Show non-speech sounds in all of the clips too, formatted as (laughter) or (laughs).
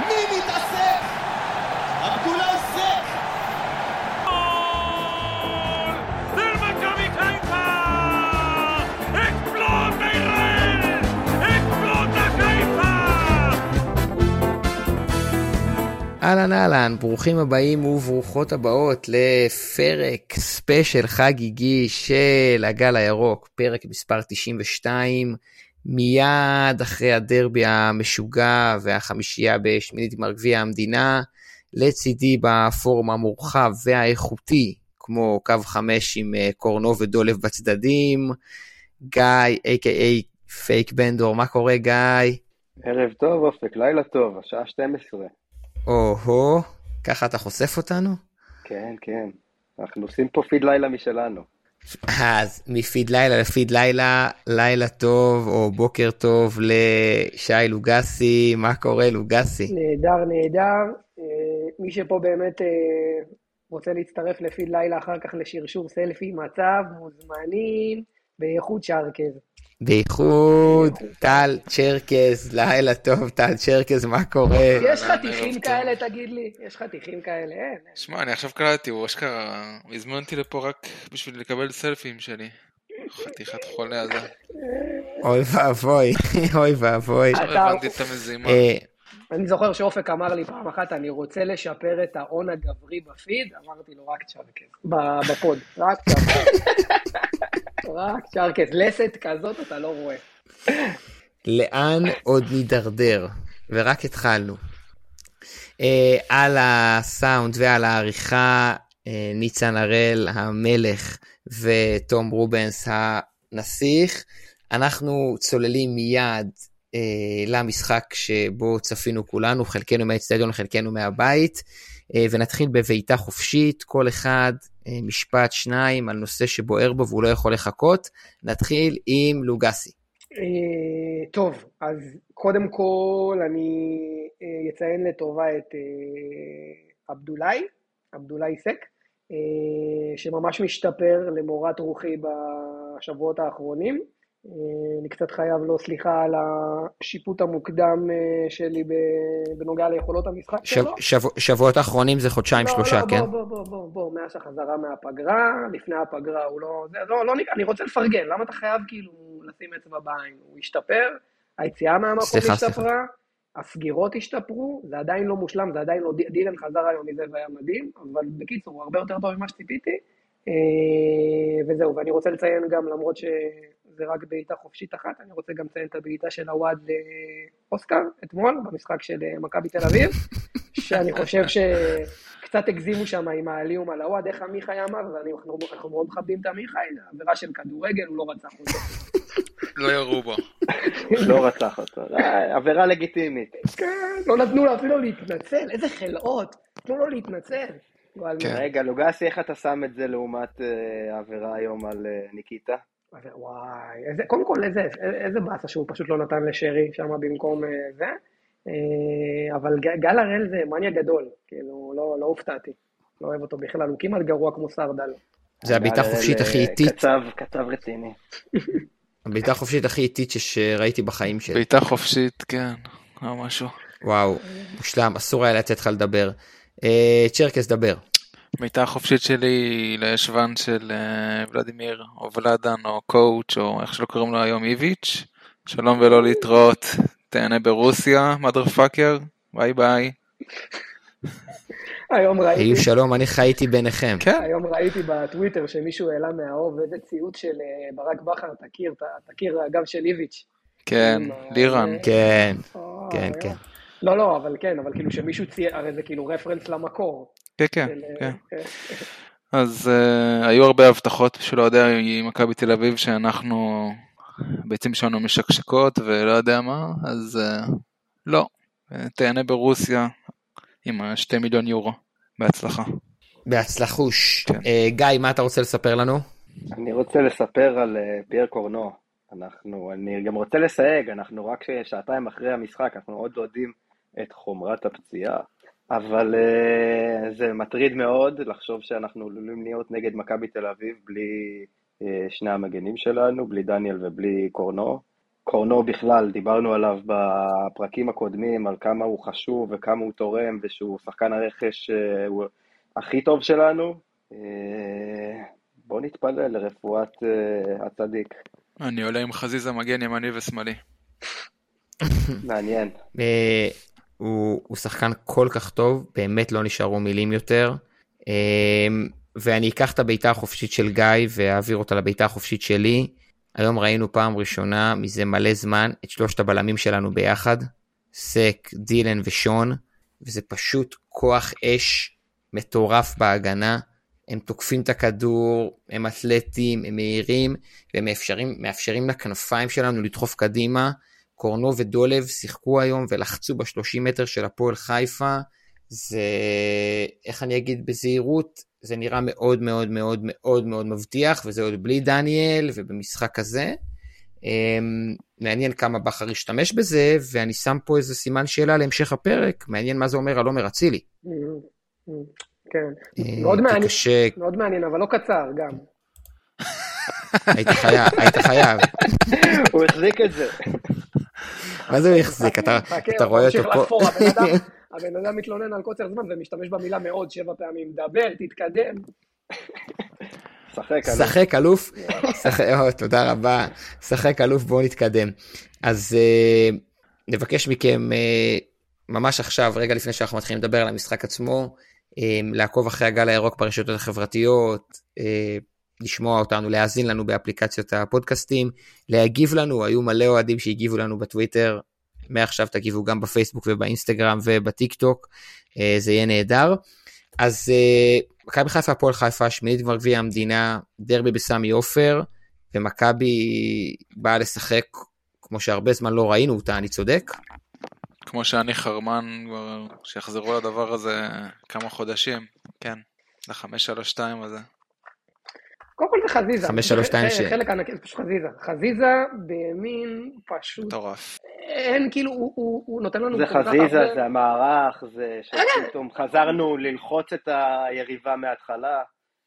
מי מתעסק? הבדולה עוסק! del Maccabi Haifa! Explota Israel! Explota Haifa! אהלן אהלן, ברוכים הבאים וברוכות הבאות לפרק ספיישל חגיגי של הגל הירוק, פרק מספר 92, מיד אחרי הדרבי המשוגע והחמישייה בשמינית גמר גביע המדינה, לצידי בפורום המורחב והאיכותי, כמו קו חמש עם אה, קורנו ודולב בצדדים, גיא, a.k.a פייק בנדור, מה קורה גיא? ערב טוב, אופק, לילה טוב, השעה 12. או-הו, ככה אתה חושף אותנו? כן, כן. אנחנו עושים פה פיד לילה משלנו. (laughs) אז מפיד לילה לפיד לילה, לילה טוב או בוקר טוב לשי לוגסי, מה קורה לוגסי? נהדר, נהדר. אה, מי שפה באמת אה, רוצה להצטרף לפי לילה אחר כך לשרשור סלפי מצב, מוזמנים, בייחוד שרקז. בייחוד טל צ'רקז, לילה טוב טל צ'רקז, מה קורה? יש אהלן, חתיכים אה, ערב טוב. כאלה, תגיד לי? יש חתיכים כאלה? אה, אין. אין. שמע, אני עכשיו קלטתי, הוא אשכרה, הוא הזמין אותי לפה רק בשביל לקבל סלפים שלי. חתיכת חולה הזה. אוי ואבוי, (laughs) אוי ואבוי. לא אתה- הבנתי את המזימה. אה, אני זוכר שאופק אמר לי פעם אחת, אני רוצה לשפר את ההון הגברי בפיד, אמרתי לו, רק צ'רקז. ב- בפוד, רק צ'רקז. (laughs) רק צ'רקז. לסת כזאת אתה לא רואה. לאן עוד נידרדר? ורק התחלנו. אה, על הסאונד ועל העריכה, אה, ניצן הראל המלך ותום רובנס הנסיך. אנחנו צוללים מיד אה, למשחק שבו צפינו כולנו, חלקנו מהאצטדיון, חלקנו מהבית, אה, ונתחיל בבעיטה חופשית, כל אחד אה, משפט שניים על נושא שבוער בו והוא לא יכול לחכות. נתחיל עם לוגסי. אה, טוב, אז קודם כל אני אה, אציין לטובה את אה, עבדולאי, עבדולאי סק, אה, שממש משתפר למורת רוחי בשבועות האחרונים. אה, אני קצת חייב לו סליחה על השיפוט המוקדם אה, שלי ב- בנוגע ליכולות המשחק שב, שלו. שב, שבועות אחרונים זה חודשיים שלושה, לא, כן? לא, בוא, בוא, בוא, בוא, בוא, מאז החזרה מהפגרה, לפני הפגרה הוא לא... זה, לא, לא, ניק- אני רוצה לפרגן, למה אתה חייב כאילו לשים אצבע בעין? הוא השתפר, היציאה מהמקום סליחה, השתפרה, הסגירות השתפרו, זה עדיין לא מושלם, זה עדיין לא... ד- דילן חזר היום מזה והיה מדהים, אבל בקיצור, הוא הרבה יותר טוב ממה שציפיתי, אה, וזהו, ואני רוצה לציין גם, למרות שזה רק בעיטה חופשית אחת, אני רוצה גם לציין את הבעיטה של עווד לאוסקר אתמול, במשחק של אה, מכבי תל (laughs) אביב, שאני חושב שקצת הגזימו שם עם העליום על הוואד, איך עמיחי אמר, ואנחנו אנחנו מאוד מכבדים את עמיחי, זה עבירה של כדורגל, הוא לא רצח אותו. לא ירו בו. לא רצח אותו. אה, עבירה לגיטימית. כן, לא נתנו לו אפילו להתנצל, איזה חלאות, תנו לו להתנצל. גועל כן. רגע, לוגסי, איך אתה שם את זה לעומת אה, העבירה היום על אה, ניקיטה? מה זה, וואי, איזה, קודם כל איזה, איזה באסה שהוא פשוט לא נתן לשרי שם במקום אה, זה. אה, אבל ג- גל הראל זה מניה גדול, כאילו, לא, לא הופתעתי. לא אוהב אותו בכלל, הוא כמעט גרוע כמו סרדל. זה הבעיטה אה, החופשית אה, הכי איטית, קצב, קצב רציני. הבעיטה החופשית הכי איטית ש- שראיתי בחיים שלי. בעיטה חופשית, כן. או משהו. אה. וואו, מושלם, אסור היה לתת לך לדבר. אה, צ'רקס, דבר. בעיטה חופשית שלי לישבן של אה, ולדימיר, או ולדן, או קואוץ', או איך שלא קוראים לו היום, איביץ'. שלום ולא להתראות. תהנה ברוסיה, mother fucker. ביי ביי. היום ראיתי... היו שלום, אני חייתי ביניכם. כן. היום ראיתי בטוויטר שמישהו העלה מהאוב איזה ציוץ של אה, ברק בכר, תכיר, ת- תכיר הגב של איביץ'. כן, לירן. כן, אה, כן, אה. כן. לא, לא, אבל כן, אבל כאילו שמישהו צייר, הרי זה כאילו רפרנס למקור. כן, כן, של, אה, כן. אה, אז uh, היו הרבה הבטחות של אוהדי מכבי תל אביב שאנחנו ביצים שלנו משקשקות ולא יודע מה, אז uh, לא, אה, תהנה ברוסיה עם השתי מיליון יורו, בהצלחה. בהצלחוש. כן. אה, גיא, מה אתה רוצה לספר לנו? אני רוצה לספר על אה, פייר קורנו. אנחנו, אני גם רוצה לסייג, אנחנו רק שעתיים אחרי המשחק, אנחנו עוד לא יודעים את חומרת הפציעה. אבל אה, זה מטריד מאוד לחשוב שאנחנו עלולים להיות נגד מכבי תל אביב בלי אה, שני המגנים שלנו, בלי דניאל ובלי קורנו. קורנו בכלל, דיברנו עליו בפרקים הקודמים, על כמה הוא חשוב וכמה הוא תורם, ושהוא שחקן הרכש אה, הוא הכי טוב שלנו. אה, בוא נתפלל לרפואת אה, הצדיק. אני עולה עם חזיזה מגן ימני ושמאלי. מעניין. אה, הוא, הוא שחקן כל כך טוב, באמת לא נשארו מילים יותר. אה, ואני אקח את הבעיטה החופשית של גיא ואעביר אותה לבעיטה החופשית שלי. היום ראינו פעם ראשונה מזה מלא זמן את שלושת הבלמים שלנו ביחד, סק, דילן ושון, וזה פשוט כוח אש מטורף בהגנה. הם תוקפים את הכדור, הם אתלטים, הם מהירים, והם מאפשרים, מאפשרים לכנפיים שלנו לדחוף קדימה. קורנו ודולב שיחקו היום ולחצו ב-30 מטר של הפועל חיפה. זה, איך אני אגיד בזהירות, זה נראה מאוד מאוד מאוד מאוד מאוד מבטיח, וזה עוד בלי דניאל ובמשחק הזה. אמ, מעניין כמה בכר ישתמש בזה, ואני שם פה איזה סימן שאלה להמשך הפרק, מעניין מה זה אומר על עומר אצילי. Mm-hmm. כן. אה, מאוד כי מעניין. קשה, מאוד מעניין, אבל לא קצר גם. היית חייב, היית (laughs) חייב. הוא החזיק את זה. מה זה הוא החזיק? אתה- (laughs) חכה, אתה הוא רואה ממשיך אותו פה. לחפור, הבן אדם- (laughs) הבן אדם מתלונן על קוצר זמן ומשתמש במילה מאוד שבע פעמים. דבר, תתקדם. שחק, אלוף. שחק אלוף, שחק, או, תודה רבה, שחק אלוף בואו נתקדם. אז אה, נבקש מכם אה, ממש עכשיו, רגע לפני שאנחנו מתחילים לדבר על המשחק עצמו, אה, לעקוב אחרי הגל הירוק ברשתות החברתיות, אה, לשמוע אותנו, להאזין לנו באפליקציות הפודקאסטים, להגיב לנו, היו מלא אוהדים שהגיבו לנו בטוויטר, מעכשיו תגיבו גם בפייסבוק ובאינסטגרם ובטיק טוק, אה, זה יהיה נהדר. אז אה, מכבי חיפה, הפועל חיפה, שמינית גמר גביע המדינה, דרבי בסמי עופר, ומכבי באה לשחק כמו שהרבה זמן לא ראינו אותה, אני צודק? כמו שאני חרמן כבר, שיחזרו לדבר הזה כמה חודשים, כן, לחמש שלוש שתיים הזה. קודם כל זה חזיזה. חמש, שלוש, שתיים, זה- זה ש- חלק ענקי, זה פשוט חזיזה. חזיזה בימין פשוט, מטורף. אין כאילו, הוא- הוא הוא נותן לנו... זה כל כך חזיזה, הרבה- זה המערך, זה שפתאום חזרנו ללחוץ את היריבה מההתחלה.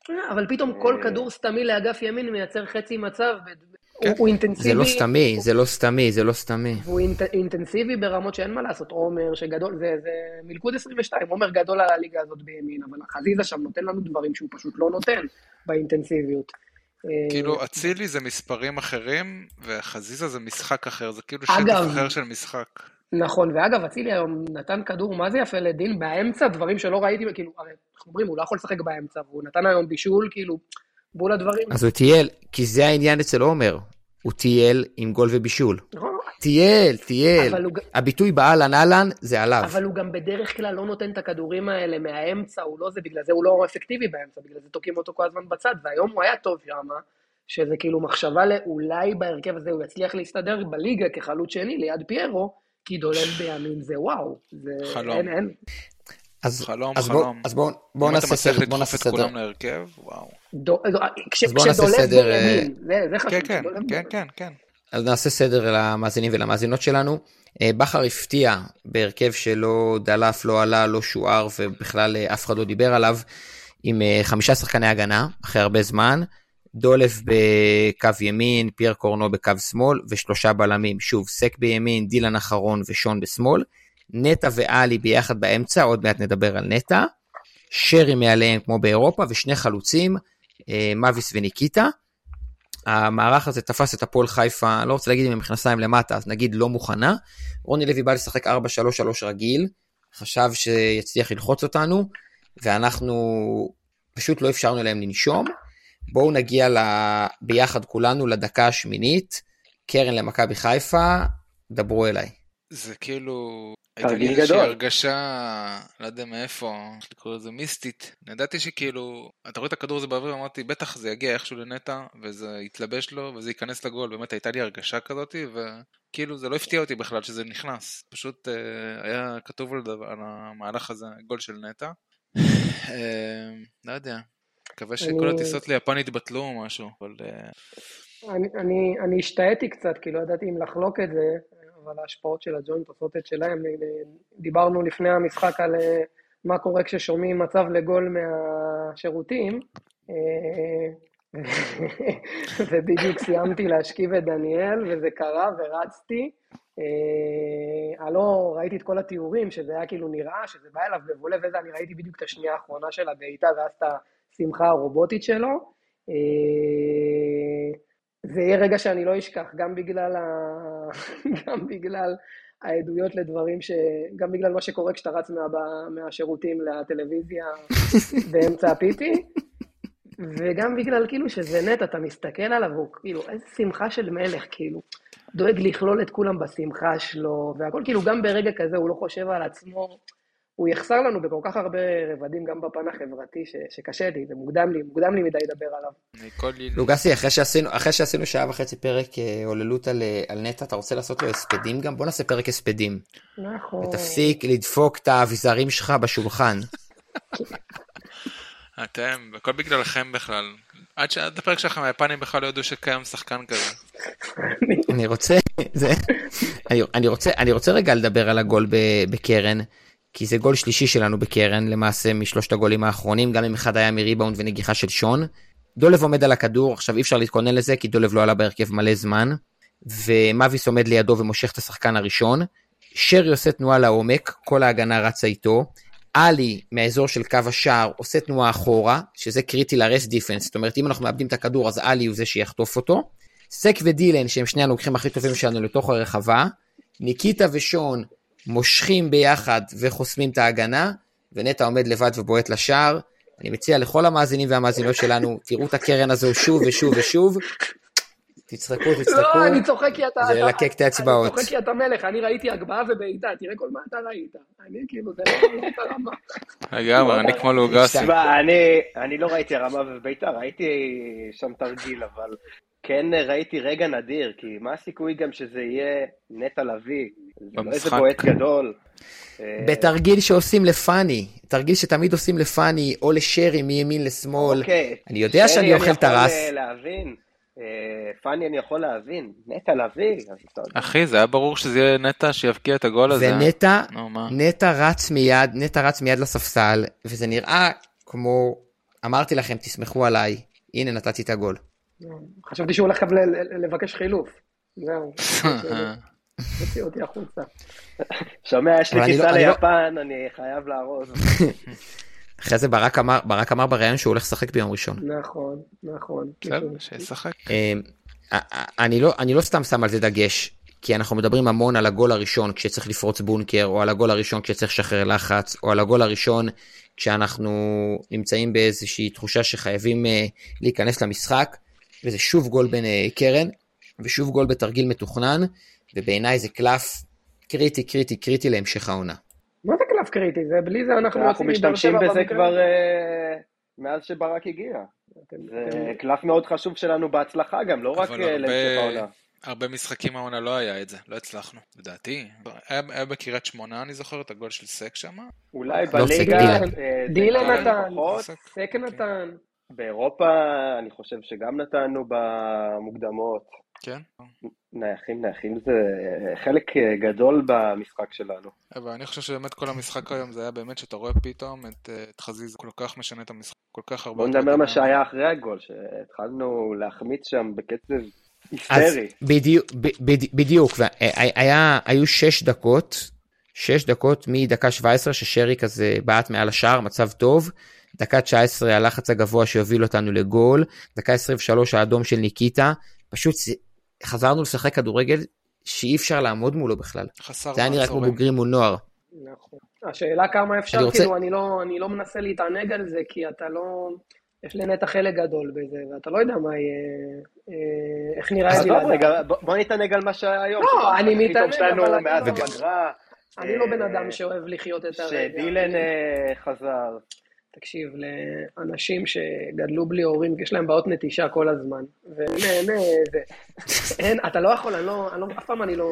אה, אבל פתאום כל אה. כדור סתמי לאגף ימין מייצר חצי מצב. ו- כן. הוא- הוא אינטנסיבי. זה לא סתמי, זה לא סתמי, זה לא סתמי. והוא אינט- אינטנסיבי ברמות שאין מה לעשות. עומר שגדול, זה, זה מלכוד 22, עומר גדול על הליגה הזאת בימין, אבל חזיזה שם נותן לנו דברים שהוא פשוט לא נותן באינטנסיביות. אה, כאילו אצילי זה מספרים אחרים, וחזיזה זה משחק אחר, זה כאילו אגב- שטף אחר של משחק. נכון, ואגב, אצילי היום נתן כדור, מה זה יפה לדין, באמצע, דברים שלא ראיתי, כאילו, הרי אנחנו אומרים, הוא לא יכול לשחק באמצע, והוא נתן היום בישול, כאילו, בול הדברים. אז הוא טייל, כי זה העניין אצל עומר, הוא טייל עם גול ובישול. נכון, טייל, טייל. אבל הוא ג- הביטוי באהלן אהלן זה עליו. אבל הוא גם בדרך כלל לא נותן את הכדורים האלה מהאמצע, הוא לא זה, בגלל זה הוא לא אפקטיבי באמצע, בגלל זה תוקעים אותו כל הזמן בצד, והיום הוא היה טוב שמה, שזה כאילו מחשבה לאולי בהרכב הזה הוא יצליח להסתדר בליגה כחלוץ שני ליד פיירו, כי דולב בימין זה וואו, זה חלום. אין אין. אז- חלום, אז בואו- חלום. אז בואו בואו אם אתה נעשה מצליח סדר, בואו לדחוף נעשה את סדר. כולם להרכב, וואו. דו- לא, כש- אז בואו נעשה כשדולב סדר, אה, בימין, זה- זה חשוב, כן, כן, כשדולב כן, בימין. כן, כן. אז נעשה סדר למאזינים ולמאזינות שלנו. אה, בכר הפתיע בהרכב שלא דלף, לא עלה, לא שוער ובכלל אה, אף אחד לא דיבר עליו, עם אה, חמישה שחקני הגנה אחרי הרבה זמן, דולף בקו ימין, פייר קורנו בקו שמאל ושלושה בלמים, שוב סק בימין, דילן אחרון ושון בשמאל, נטע ואלי ביחד באמצע, עוד מעט נדבר על נטע, שרי מעליהם כמו באירופה ושני חלוצים, אה, מאביס וניקיטה. המערך הזה תפס את הפועל חיפה, לא רוצה להגיד אם עם מכנסיים למטה, אז נגיד לא מוכנה. רוני לוי בא לשחק 4-3-3 רגיל, חשב שיצליח ללחוץ אותנו, ואנחנו פשוט לא אפשרנו להם לנשום. בואו נגיע ל... ביחד כולנו לדקה השמינית, קרן למכבי חיפה, דברו אליי. זה כאילו, הייתה לי תרגיל איזושהי גדול. הרגשה, לא יודע מאיפה, איך לקרוא לזה מיסטית. ידעתי שכאילו, אתה רואה את הכדור הזה באוויר, אמרתי, בטח זה יגיע איכשהו לנטע, וזה יתלבש לו, וזה ייכנס לגול, באמת הייתה לי הרגשה כזאת, וכאילו זה לא הפתיע אותי בכלל שזה נכנס. פשוט אה, היה כתוב על, הדבר, על המהלך הזה, גול של נטע. אה, לא יודע, מקווה שכל אה. אני- הטיסות ליפן יתבטלו או משהו, אבל אה, אני- אני- אני השתהיתי קצת, כי לא ידעתי אם לחלוק את זה, אבל ההשפעות של הג'וינט עושות את שלהם. אה, דיברנו לפני המשחק על אה, מה קורה כששומעים מצב לגול מהשירותים. אה, (laughs) ובדיוק סיימתי להשכיב את דניאל, וזה קרה, ורצתי. אה, הלא ראיתי את כל התיאורים, שזה היה כאילו נראה, שזה בא אליו בבולה, וזה אני ראיתי בדיוק את השנייה האחרונה של הבעיטה, ואז את השמחה הרובוטית שלו. אה, זה יהיה רגע שאני לא אשכח, גם בגלל, ה... (laughs) גם בגלל העדויות לדברים, ש... גם בגלל מה שקורה כשאתה רץ מה... מהשירותים לטלוויזיה באמצע הפיטי, וגם בגלל כאילו שזה נט, אתה מסתכל עליו, הוא כאילו, איזה שמחה של מלך, כאילו, דואג לכלול את כולם בשמחה שלו, והכל כאילו, גם ברגע כזה הוא לא חושב על עצמו, הוא יחסר לנו בכל כך הרבה רבדים, גם בפן החברתי, ש... שקשה לי, זה מוקדם לי, מוקדם לי מדי לדבר עליו. אני כל יל- לוגסי, אחרי שעשינו, אחרי שעשינו שעה וחצי פרק אה, הוללות על, אה, על נטע, אתה רוצה לעשות לו הספדים גם? בוא נעשה פרק הספדים. נכון. ותפסיק לדפוק את האביזרים שלך בשולחן. אתם, הכל בגללכם בכלל. עד ש- עד הפרק שלכם היפנים בכלל לא ידעו שקיים שחקן כזה. אני רוצה, זה, אני, אני רוצה, אני רוצה רגע לדבר על הגול ב, בקרן, כי זה גול שלישי שלנו בקרן, למעשה משלושת הגולים האחרונים, גם אם אחד היה מריבאונד ונגיחה של שון. דולב עומד על הכדור, עכשיו אי אפשר להתכונן לזה, כי דולב לא עלה בהרכב מלא זמן, ומאביס עומד לידו ומושך את השחקן הראשון. שרי עושה תנועה לעומק, כל ההגנה רצה איתו. עלי מהאזור של קו השער עושה תנועה אחורה, שזה קריטי לרסט דיפנס, זאת אומרת אם אנחנו מאבדים את הכדור אז עלי הוא זה שיחטוף אותו. סק ודילן, שהם שני הלוקחים הכי טובים שלנו לתוך הרחבה, ניקיטה ושון מושכים ביחד וחוסמים את ההגנה, ונטע עומד לבד ובועט לשער. אני מציע לכל המאזינים והמאזינות שלנו, תראו את הקרן הזו שוב ושוב ושוב. תצחקו, תצחקו. לא, אני צוחק כי אתה... זה אתה- ללקק את האצבעות. אני צוחק כי אתה מלך, אני ראיתי הגבהה ובעיטה, תראה כל מה אתה ראית. אני כאילו, זה לא לא את הרמה. לגמרי, אני כמו לוגסי. תשמע, אני, אני לא ראיתי הרמה וביתר, ראיתי שם תרגיל, אבל כן ראיתי רגע נדיר, כי מה הסיכוי גם שזה יהיה נטע לביא? זה לא איזה במשחק. בועט גדול. אה, בתרגיל שעושים לפאני, תרגיל שתמיד עושים לפאני, או לשרי מימין לשמאל. אוקיי. אני יודע שרי, שאני אוכל את הרס. אני יכול אה, להבין. אה, פאני, אני יכול להבין. נטע לביא. אז אתה יודע. אחי, זה היה ברור שזה יהיה נטע שיבקיע את הגול הזה. ונטע, נו, מה? נטע רץ מיד, נטע רץ מיד לספסל, וזה נראה כמו, אמרתי לכם, תסמכו עליי, הנה נתתי את הגול. חשבתי שהוא הולך ל- ל- לבקש חילוף. (laughs) זהו. (laughs) הוציא אותי החוצה. שומע, יש לי אבל אני לא- טיסה אני לא- ליפן, אני חייב לארוז. אחרי זה ברק אמר, ברק אמר בריאיון שהוא הולך לשחק ביום ראשון. נכון, נכון. בסדר, שישחק. אמ, א- א- אני לא, אני לא סתם שם על זה דגש, כי אנחנו מדברים המון על הגול הראשון כשצריך לפרוץ בונקר, או על הגול הראשון כשצריך לשחרר לחץ, או על הגול הראשון כשאנחנו נמצאים באיזושהי תחושה שחייבים אה, להיכנס למשחק, וזה שוב גול בין אה, קרן, ושוב גול בתרגיל מתוכנן, ובעיניי זה קלף קריטי, קריטי, קריטי להמשך העונה. מה זה קלף קריטי? זה בלי זה אנחנו לא אנחנו יוצאים מבאר משתמשים שבע בזה במקרה. כבר אה, מאז שברק הגיע. אתם- זה אתם- קלף מאוד חשוב שלנו בהצלחה גם, לא רק אבל אה, להמשך הרבה- העונה. הרבה משחקים העונה לא היה את זה, לא הצלחנו, לדעתי. היה היה בקריית שמונה, אני זוכר את הגול של סק שם. כן. אולי לא, זה בליגה, דילן. אה, זה דילן קרה נתן. פחות. סק. סק נתן. באירופה, אני חושב שגם נתנו במוקדמות. כן. נייחים, נייחים זה אה, חלק אה, גדול במשחק שלנו. אבל אני חושב שבאמת כל המשחק היום זה היה באמת שאתה רואה פתאום את, אה, את חזיז כל כך משנה את המשחק, כל כך הרבה... בואו יותר נדבר מה דינמי. שהיה אחרי הגול, שהתחלנו להחמיץ שם בקצב היסטרי. בדיוק, ב- בדי- בדיוק, והיה, היו שש דקות, שש דקות מדקה 17 ששרי כזה בעט מעל השער, מצב טוב, דקה 19 הלחץ הגבוה שהוביל אותנו לגול, דקה 23 האדום של ניקיטה, פשוט זה- חזרנו לשחק כדורגל שאי אפשר לעמוד מולו בכלל, חסר זה היה נראה כמו מעצורים. בוגרים מול נוער. נכון. השאלה כמה אפשר, אני אני רוצה- כאילו, אני לא, אני לא מנסה להתענג על זה, כי אתה לא... יש לנטע חלק גדול בזה, ואתה לא יודע מה יהיה... אה, איך נראה את עזוב זה. רגע, בוא בוא נתענג על מה שהיה היום. לא, שבא, אני הכי טוב מתענג, שלנו אבל אני מאז לא- הפגרה. אני לא בן אה, אדם שאוהב לחיות את הרגע. שדילן אני- אה, חזר. תקשיב, לאנשים שגדלו בלי הורים, יש להם בעיות נטישה כל הזמן. ונהנה, זה. אין, אתה לא יכול, אני לא, אני לא, אף פעם אני לא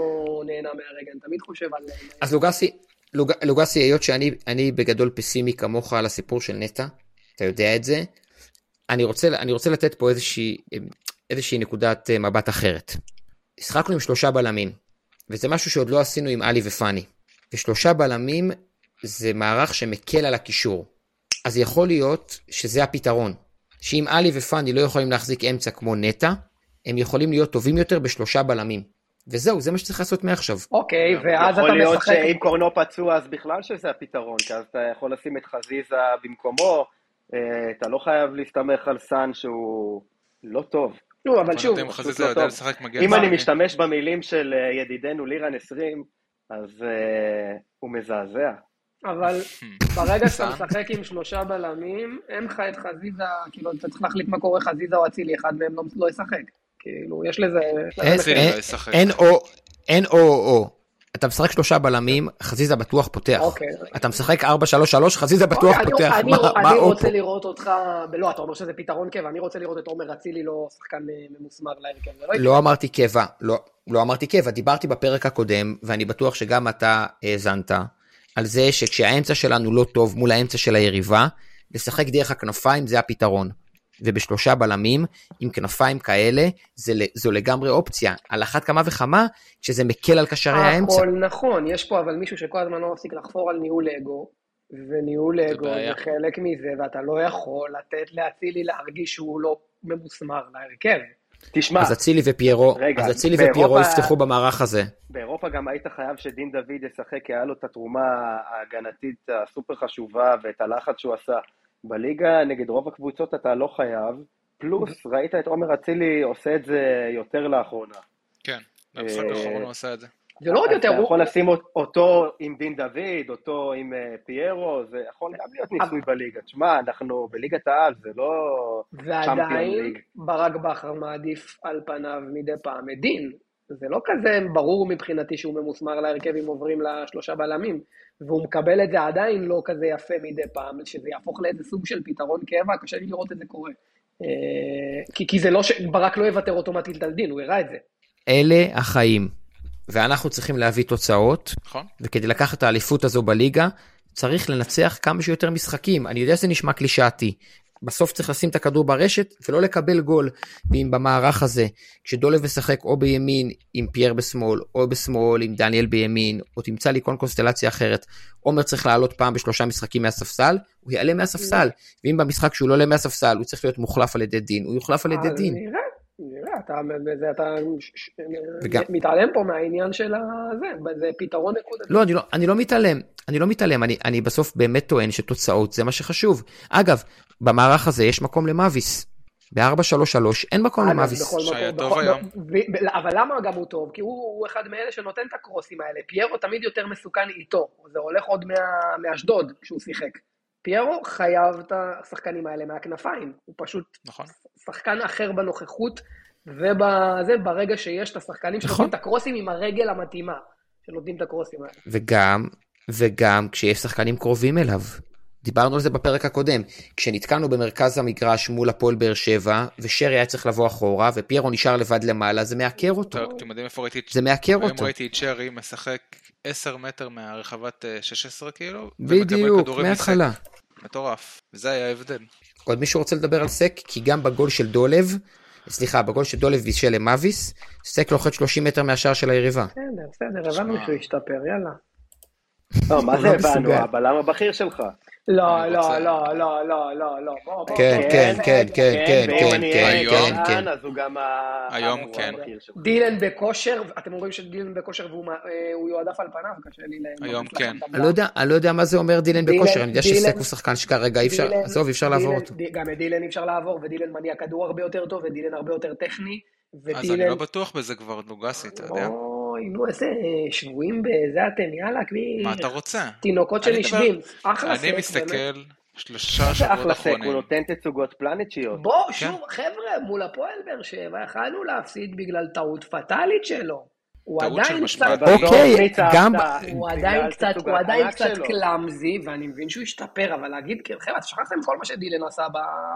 נהנה מהרגע, אני תמיד חושב על... אז לוגסי, לוג, לוגסי, היות שאני אני בגדול פסימי כמוך על הסיפור של נטע, אתה יודע את זה, אני רוצה, אני רוצה לתת פה איזושהי, איזושהי נקודת אה, מבט אחרת. השחקנו עם שלושה בלמים, וזה משהו שעוד לא עשינו עם עלי ופאני. ושלושה בלמים זה מערך שמקל על הקישור. אז יכול להיות שזה הפתרון, שאם עלי ופאני לא יכולים להחזיק אמצע כמו נטע, הם יכולים להיות טובים יותר בשלושה בלמים. וזהו, זה מה שצריך לעשות מעכשיו. אוקיי, ואז אתה יכול להיות משחק... שאם קורנו פצוע, אז בכלל שזה הפתרון, כי אז אתה יכול לשים את חזיזה במקומו, אה, אתה לא חייב להסתמך על סאן שהוא לא טוב. נו, אבל שוב, אם חזיזה לא יודע טוב. לשחק מגן אם אני שמאלי, משתמש במילים של אה, ידידנו לירן 20, אז אה, הוא מזעזע. אבל ברגע שאתה סאן. משחק עם שלושה בלמים, אין לך את חזיזה, כאילו, אתה צריך להחליט מה קורה חזיזה או אצילי, אחד מהם לא- לא ישחק. כאילו, יש לזה... יש לזה אין- מחיר. אצילי אין- לא ישחק. אין או, אין או או או. אתה משחק שלושה בלמים, חזיזה בטוח פותח. אוקיי. אתה משחק 4-3-3, חזיזה בטוח אני- פותח. אני- מה- מה אני או רוצה פה? לראות אותך, לא, אתה אומר שזה פתרון קבע, אני רוצה לראות את עומר אצילי לא שחקן אה, ממוסמר להרכב. זה לא יקרה. לא אמרתי קבע, לא, לא אמרתי קבע, דיברתי בפרק הקודם, ואני בטוח שגם אתה האזנת, על זה שכשהאמצע שלנו לא טוב מול האמצע של היריבה, לשחק דרך הכנפיים זה הפתרון. ובשלושה בלמים, עם כנפיים כאלה, זה, ל- זו לגמרי אופציה. על אחת כמה וכמה, כשזה מקל על קשרי האמצע. הכל נכון, יש פה אבל מישהו שכל הזמן לא מפסיק לחפור על ניהול אגו, וניהול אגו בעיה. זה חלק מזה, ואתה לא יכול לתת לאצילי להרגיש שהוא לא ממוסמר להרכב. תשמע, אז אצילי ופיירו, רגע, אז אצילי באירופה- ופיירו יפתחו במערך הזה. באירופה גם היית חייב שדין דוד ישחק, כי היה לו את התרומה ההגנתית הסופר חשובה ואת הלחץ שהוא עשה. בליגה נגד רוב הקבוצות אתה לא חייב, פלוס אוקיי. ראית את עומר אצילי עושה את זה יותר לאחרונה. כן, במשחק אה, האחרון הוא עשה את זה. זה לא עוד אז יותר, אתה הוא- יכול לשים אות- אותו עם דין דוד, אותו עם אה, פיירו, זה יכול גם להיות ניסוי בליגה. תשמע, אנחנו בליגת העל, זה לא... Champions ועדיין League. ברק בכר מעדיף על פניו מדי פעם את דין. זה לא כזה ברור מבחינתי שהוא ממוסמר להרכב אם עוברים לשלושה בלמים, והוא מקבל את זה עדיין לא כזה יפה מדי פעם, שזה יהפוך לאיזה סוג של פתרון קבע, קשה לי לראות את זה קורה. אה, כי, כי זה לא ש... ברק לא יוותר אוטומטית על דין, הוא הראה את זה. אלה החיים. ואנחנו צריכים להביא תוצאות, נכון? וכדי לקחת את האליפות הזו בליגה, צריך לנצח כמה שיותר משחקים. אני יודע שזה נשמע קלישאתי. בסוף צריך לשים את הכדור ברשת ולא לקבל גול. ואם במערך הזה, כשדולב משחק או בימין עם פייר בשמאל, או בשמאל עם דניאל בימין, או תמצא לי כל קונסטלציה אחרת, עומר צריך לעלות פעם בשלושה משחקים מהספסל, הוא יעלה מהספסל. ואם במשחק שהוא לא עולה מהספסל, הוא צריך להיות מוחלף על ידי דין, הוא יוחלף על ידי אז דין. נראה, נראה, אתה, זה, אתה ש- ש- וגם- מתעלם פה מהעניין של ה... זה, זה פתרון נקודתי. לא, אני לא, אני לא מתעלם, אני לא מתעלם, אני, אני בסוף באמת טוען שתוצאות זה מה שחשוב. אגב, במערך הזה יש מקום למאביס. ב-433 אין מקום אגב, למאביס. בכל שהיה מקום, טוב בכל- היום. ב- ב- אבל למה גם הוא טוב? כי הוא הוא אחד מאלה שנותן את הקרוסים האלה. פיירו תמיד יותר מסוכן איתו. זה הולך עוד מה- מאשדוד כשהוא שיחק. פיירו חייב את השחקנים האלה מהכנפיים. הוא פשוט נכון. שחקן אחר בנוכחות, ובזה, ברגע שיש את השחקנים נכון. שנותנים את הקרוסים עם הרגל המתאימה, שנותנים את הקרוסים האלה. וגם, וגם כשיש שחקנים קרובים אליו. דיברנו על זה בפרק הקודם. כשנתקענו במרכז המגרש מול הפועל באר שבע, ושרי היה צריך לבוא אחורה, ופיירו נשאר לבד למעלה, זה מעקר אותו. אתה- אתם יודעים איפה ראיתי את זה לא מעקר היום אותו. ראיתי את שרי משחק 10 מטר מהרחבת אה, 16 כאילו, ומקבל בדיוק, כדורים מסק. מההתחלה. מטורף. וזה היה ההבדל. עוד מישהו רוצה לדבר על סק? כי גם בגול של דולב, סליחה, בגול של דולב בישל למאביס, סק לוחץ 30 מטר מהשער של היריבה. בסדר, בסדר, הבנו שהוא השתפר, יאללה. לא, מה הוא זה לא הבנו? מסוגל. הבלם הבכיר שלך. לא, אני לא, רוצה- לא, לא, לא, לא, לא, בוא, בוא. כן, כן, כן, כן, כן, ואם כן, אני כן, אהיה כן, גזען, כן. אז הוא גם ה- היום הוא כן. הבכיר שלך. דילן בכושר, אתם אומרים שדילן בכושר והוא מה- אה, הוא יועדף על פניו, קשה לי ל... היום להכניס לכם כן. את אני לא יודע, אני לא יודע מה זה אומר דילן דילן- בכושר, אני יודע שסק דילן- הוא שחקן שכרגע אי אפשר, דילן- עזוב, אי אפשר לעבור דילן- אותו. ד- גם את דילן אי אפשר לעבור, ודילן מניע כדור הרבה יותר טוב, ודילן הרבה יותר טכני, ודילן... אז אני לא בטוח בזה כבר, לוגסי, אתה יודע. לא. אוי, נו, איזה שבויים בזה אתם, יאללה, מי... מה אתה רוצה? תינוקות אני שנשבים. אחלה סק, אני באמת. מסתכל שלושה זה שבועות אחלה סק, הוא אחרונים. נותן תצוגות פלנצ'יות. כן. בואו, שוב, חבר'ה, מול הפועל באר שבע, יכלנו להפסיד בגלל טעות פטאלית שלו. הוא טעות של עדיין משמעת. קצת... ובסוף אוקיי, ניצחת גם- הוא לא בגלל עדיין קצת, תצוגת הוא עדיין ענק קצת שלו. קלאמזי, ואני מבין שהוא השתפר, אבל להגיד, כן, חבר'ה, אתם שכחתם כל מה שדילן עשה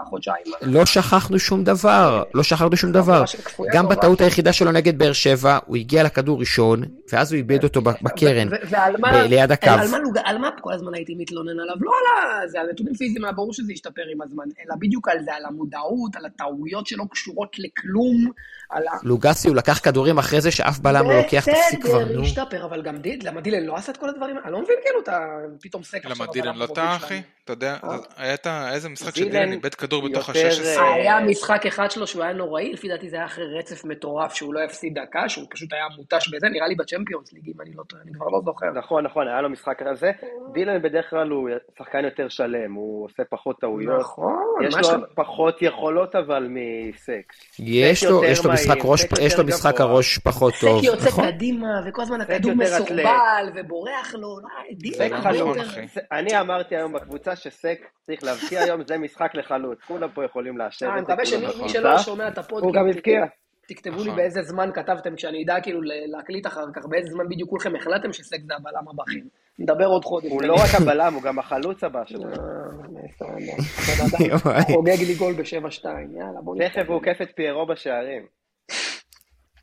בחודשיים. לא שכחנו שום דבר, לא שכחנו שום דבר. חבורה של כפויי גם טובה. בטעות היחידה שלו נגד באר שבע, הוא הגיע לכדור ראשון, ואז הוא איבד אותו ב- בקרן, ו- ועל מה, אה, ב- ליד אה, הקו. על מה, לוג- על מה כל הזמן הייתי מתלונן עליו? לא על ה... זה על נתונים פיזיים, היה ברור שזה ישתפר עם הזמן, אלא בדיוק על זה, על המודעות, על הטעויות שלא קשורות לכלום, על ה... לוגסי הוא לקח כדורים אחרי זה שאף בלם לא לוקח תפסיק כבר, נו. השתפר, אבל גם דיד, למה דילן לא עשה את כל הדברים? האלה? אני לא מבין כאילו, אתה פתאום סק למה אבל דילן לא אנחנו טעה, מובילים אחי? שלנו. אתה יודע, אה? היה את ה- איזה משחק דילן שדילן איבד כדור בתוך יותר, ה-16. אה, היה משחק אחד שלו שהוא היה נוראי, לפי דעתי זה היה אחרי רצף מטורף שהוא לא הפסיד דקה, שהוא פשוט היה מותש בזה, נראה לי בצ'מפיונס ליג, אם אני לא טועה, אני כבר לא זוכר. נכון, נכון, היה לו משחק כזה. דילן בדרך כלל הוא שחקן יותר שלם, הוא עושה פחות טעויות. נכון, יש מה שאתה- לו פחות יכולות אבל מסקס. יש סק לו, יותר יש לו משחק מהיר, ראש, סק יש לו יותר משחק גבוה. הראש פחות טוב, סקי יוצא נכון? קדימה, וכל הזמן סק הכדור יותר מסורבל, ובורח לו, לא, דילן סק הרבה נכון, חלוץ. יותר... אחי. זה- אני אמרתי היום בקבוצה שסק צריך להבקיע היום, זה משחק לחלוץ. כולם פה יכולים לאשר אה, אני את זה. מקווה כולם שמי בקבוצה. מי שלא שומע את הפודקאסט, הוא גם תכתבו- הבקיע. תכתבו לי נכון. באיזה זמן כתבתם, כשאני אדע כאילו ל- להקליט אחר כך, באיזה זמן בדיוק כולכם החלטתם שסק זה הבלם הבכיר. נדבר עוד חודש. הוא נגיד. לא רק הבלם, הוא גם החלוץ הבא אה, שלו. (laughs) בסדר. הבן אדם וואי. אה, חוגג לי גול ב-7-2, יאללה, בוא תכף נתקדם. הוא עוקף את פיירו בשערים.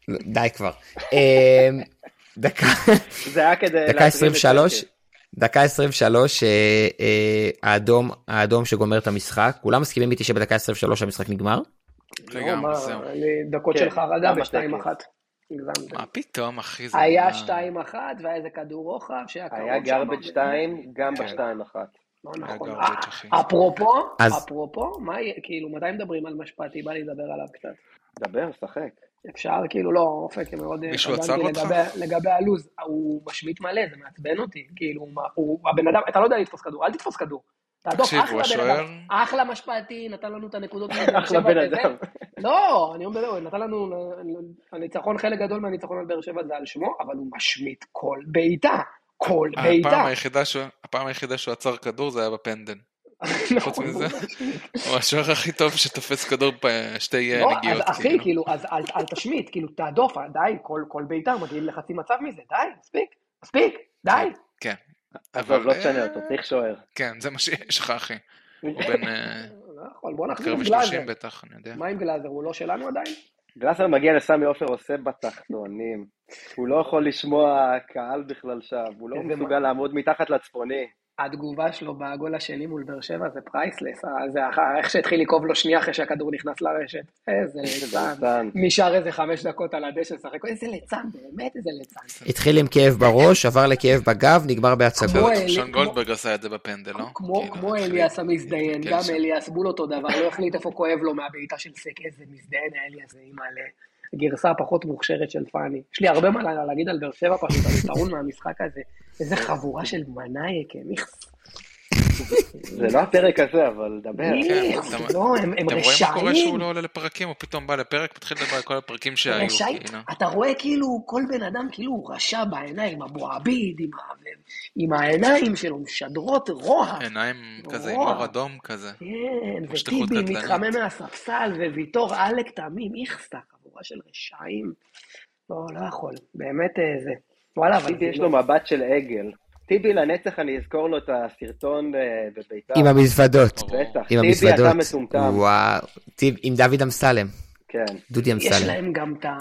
לא, די כבר. אמ, דקה, (laughs) זה היה כדי... דקה להטריד את 23, סק. דקה 23, אה, אה, האדום, האדום שגומר את המשחק, כולם מסכימים איתי שבדקה 23 המשחק נגמר? לגמרי, לא, מה, זהו. אני- דקות כן, של חרדה כמה ב-2-1. מה פתאום, אחי? זה כן. היה היה- 2-1 והיה איזה כדור רוחב שהיה קרוב היה שם. גרבג' 2, גם כן. ב-2 אחת. לא היה נכון. garbage, אה, אחי. אפרופו, אז- אפרופו, מה יהיה, כאילו, מתי מדברים על משפטי? בא לי לדבר עליו קצת. דבר, שחק. אפשר, כאילו, לא, אופק, מאוד אה, מישהו חגגתי עצר אותך? לגבי- לגבי הלו"ז. הוא משמיט מלא, זה מעצבן אותי. כאילו, מה, הוא, הבן אדם, אתה לא יודע לתפוס כדור, אל תתפוס כדור. תעדוף, תקשיב, אחלה הוא בן השוער. אדם. אחלה משפטי, נתן לנו (laughs) את הנקודות. (laughs) אחלה בן וזה. אדם. לא, אני אומר, הוא נתן לנו, הניצחון, חלק גדול מהניצחון על באר שבע זה על שמו, אבל הוא משמיט כל בעיטה. כל בעיטה. הפעם היחידה שהוא- הפעם היחידה שהוא עצר כדור זה היה בפנדל. לא, נכון. חוץ מזה, הוא השוער הכי טוב שתופס כדור בשתי לא, נגיעות. אז אחי, כאילו, אז אל, אל תשמיט, כאילו, תעדוף, די, כל, כל בעיטה מגיעים לחצי מצב מזה, די, מספיק, מספיק, די. כן, עזוב, לא אה, תשנה אותו, צריך שוער. כן, זה מה שיש לך, אחי. הוא (laughs) בן אה, לא יכול, בוא נחזיר קרוב את ל-30 גלאזר. בטח, אני יודע. מה עם גלאזר, הוא לא שלנו עדיין? גלאסר מגיע לסמי עופר עושה בתחתונים. הוא לא יכול לשמוע קהל בכלל שם, הוא לא איזה מסוגל לעמוד מתחת לצפוני. התגובה שלו בגול השני מול באר שבע זה פרייסלס, אה, זה אח- איך שהתחיל לכאוב לו שנייה אחרי שהכדור נכנס לרשת. (laughs) איזה לא ליצן. דן. נשאר איזה חמש דקות על הדשא לשחק, איזה ליצן, באמת איזה ליצן. התחיל עם כאב בראש, עבר לכאב בגב, נגמר בהצגות. כמו- בסדר, שון כמו- גולדברג עשה את זה בפנדל, לא? כמו- כאילו, כמו התחיל- אליאס המזדיין, כן, גם שם. אליאס בול אותו דבר, לא החליט איפה כואב לו מהבעיטה של סק, איזה מזדיין האליאס זה אימא'לה. גרסה פחות מוכשרת של פאני. יש לי הרבה מה לה- להגיד על באר שבע פשוט, אני טעון מהמשחק הזה. איזה חבורה של מנאייקים, איכס. זה לא הפרק הזה, אבל דבר. כן, איכס, אתה- לא, הם הם אתם רואים מה קורה רשעים. שהוא לא עולה לפרקים, הוא פתאום בא לפרק, מתחיל לדבר על כל הפרקים שהיו. רשעים. כאילו. אתה רואה כאילו כל בן אדם כאילו הוא רשע בעיניים, אבו עביד, עם ה- עם העיניים שלו, משדרות רוע. עיניים כזה, עם נורא. אור אדום כזה. כן, כמו שליחות וטיבי קטלנית. מתחמם מהספסל, וויטור עלק תמים, איכסה, חבורה של רשעים. לא, לא יכול, באמת אה, זה. וואלה, אבל... לא- טיבי יש לו מבט של עגל. טיבי לנצח, אני אזכור לו את הסרטון אה, בביתר. (laughs) עם המזוודות, בטח, עם טיבי המזוודות. אתה מטומטם. וואו, טיב, עם דוד אמסלם, כן. דודי יש אמסלם. להם גם את ה...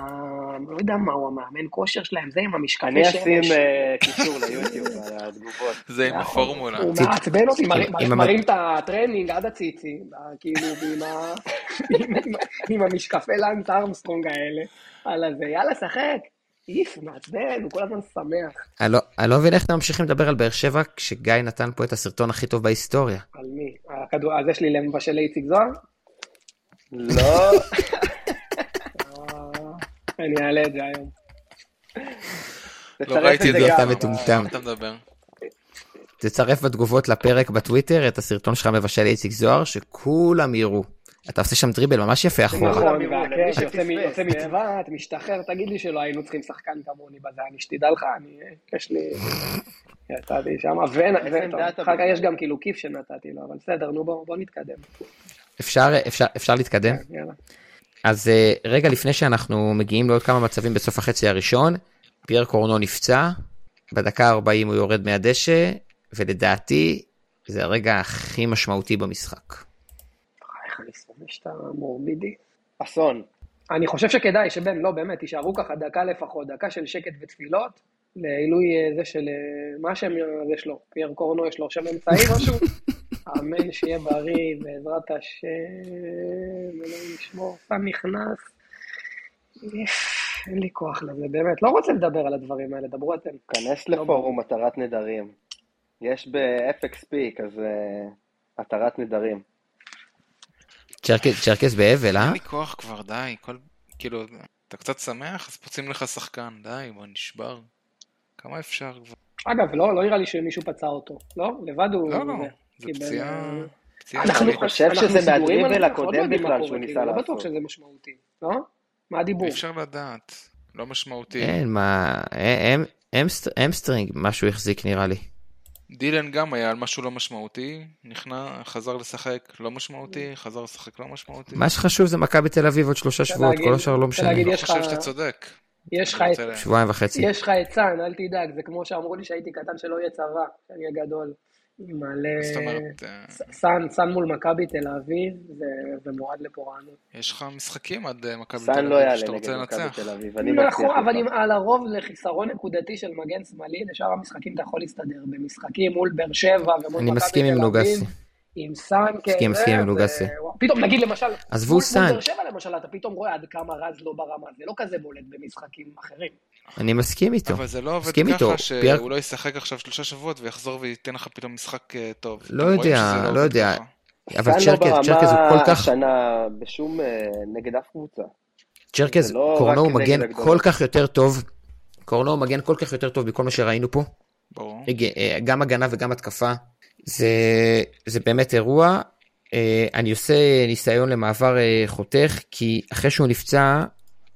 לא יודע מה הוא המאמן כושר שלהם, זה עם המשקפי אני שמש. אשים אה, קישור ליוטיוב על התגובות. זה עם נכון. הפורמולה. הוא טיפ- מעצבן אותי, מראים- עם מראים- המד- מראים את הטרנינג עד הציצי, ב- כאילו, ועם ה- (laughs) עם- עם המשקפי לנס ארמסטרונג האלה, על הזה, יאללה, שחק. איף, מעצבן, הוא כל הזמן שמח. אני לא- אני לא מבין איך אתם ממשיכים לדבר על באר שבע כשגיא נתן פה את הסרטון הכי טוב בהיסטוריה. על מי? הכדור, אז יש לי למבה של איציק זוהר? לא, אה, אני אעלה את זה היום. לא תצרף ראיתי את זה, אתה גם. מטומטם. מה אתה מדבר? תצרף בתגובות לפרק בטוויטר את הסרטון שלך מבשל איציק זוהר, שכולם יראו. אתה עושה שם דריבל ממש יפה אחורה. נכון. נכון, למי והכן שיוצא מ- שפספס, יוצא כן. מצווה, אתה משתחרר, תגיד לי שלא היינו צריכים שחקן כמוני בזה, אני שתדע לך, אני, יש לי, יצאתי שם, איזה עמדה אתה ואחר כך בכלל? יש גם כאילו כיף שנתתי לו, אבל בסדר, נו בואו בואו נתקדם. אפשר, אפשר, אפשר להתקדם? יאללה. אז אה, רגע לפני שאנחנו מגיעים לעוד כמה מצבים בסוף החצי הראשון, פייר קורנו נפצע, בדקה ה-40 הוא יורד מהדשא, ולדעתי זה הרגע הכי משמעותי במשחק. איך אני שונא שאתה מורבידי. אסון. אני חושב שכדאי שבן, לא באמת, תישארו ככה דקה לפחות, דקה של שקט ותפילות, לעילוי אה, זה של, אה, מה השם אה, יש לו? פייר קורנו יש לו שם (laughs) אמצעי משהו? אמן שיהיה בריא, בעזרת השם, אלוהים ישמור, פעם נכנס. איף, אין לי כוח לזה, באמת. לא רוצה לדבר על הדברים האלה, דברו אתם. כנס לא לפורום התרת נדרים. יש ב-FXP כזה התרת אה, נדרים. צ'רקס- צ'רקס לא? באבל, אה? אין לי כוח כבר, די. כל... כאילו, אתה קצת שמח, אז פוצעים לך שחקן, די, בוא נשבר. כמה אפשר כבר? אגב, לא, לא נראה לי שמישהו פצע אותו. לא? לבד הוא... לא, לא, זה קיבל, פציעה... אה, פציעה אנחנו אני אפשרית. חש- חושב אנחנו שזה סגורים מהדריבל על זה, אנחנו הקודם עוד לא יודעים מה בכלל קורה, שהוא כאילו, ניסה לא לעשות. בטוח שזה משמעותי, לא? מה הדיבור? אי אפשר לדעת. לא משמעותי. אה. אין, מה... אמ- אמסט- אמסטרינג, משהו החזיק נראה לי. דילן גם היה על משהו לא משמעותי, נכנע, חזר לשחק לא אה. משמעותי, חזר לשחק לא משמעותי. מה שחשוב זה מכבי תל אביב עוד שלושה שבועות, להגיד- כל השאר לא אתה משנה. להגיד, אני יש לך- חושב שאתה צודק. יש לך אני את- רוצה ל- שבועיים וחצי. יש לך עצן, אל תדאג, זה כמו שאמרו לי שהייתי קטן שלא יהיה צבא, שאני אהיה גדול. מלא... זאת אומרת, אה, ס- סאן, סאן מול מכבי תל אביב, ו- ומועד לפורענות. יש לך משחקים עד אה, מכבי סאן תל לא אביב יעלה שאתה רוצה נגד מכבי לנצח. תל אביב. אני מבטיח נכון, לך. אבל אם על הרוב לחיסרון נקודתי של מגן שמאלי, לשאר המשחקים אתה יכול להסתדר. במשחקים מול באר שבע ומול אני מכבי מסכים עם תל לוגסי. אביב, עם סאן כזה, מסכים, מסכים עם זה- לוגסי. פתאום, נגיד למשל, עזבו מול- סאן. מול באר שבע למשל, אתה פתאום רואה עד כמה רז לא ברמה, זה לא כזה בולט במשחקים אחרים. אני מסכים איתו. אבל זה לא עובד מסכים איתו, ככה פייר- שהוא לא ישחק עכשיו שלושה שבועות ויחזור וייתן לך פתאום משחק אה, טוב. לא אתם רואים יודע, שזה לא עובד יודע. ככה. אבל סאן לא צ'רקס, צ'רקס הוא כל ברמה כך... השנה בשום, אה, נגד אף קבוצה. צ'רקס, זה לא קורנו רק הוא מגן נגד הגדולות. כל כך יותר טוב. קורנו הוא מגן כל כך יותר טוב מכל מה שראינו פה. ברור. הג- אה, גם הגנה וגם התקפה. זה, זה באמת אירוע. אה, אני עושה ניסיון למעבר אה, חותך, כי אחרי שהוא נפצע,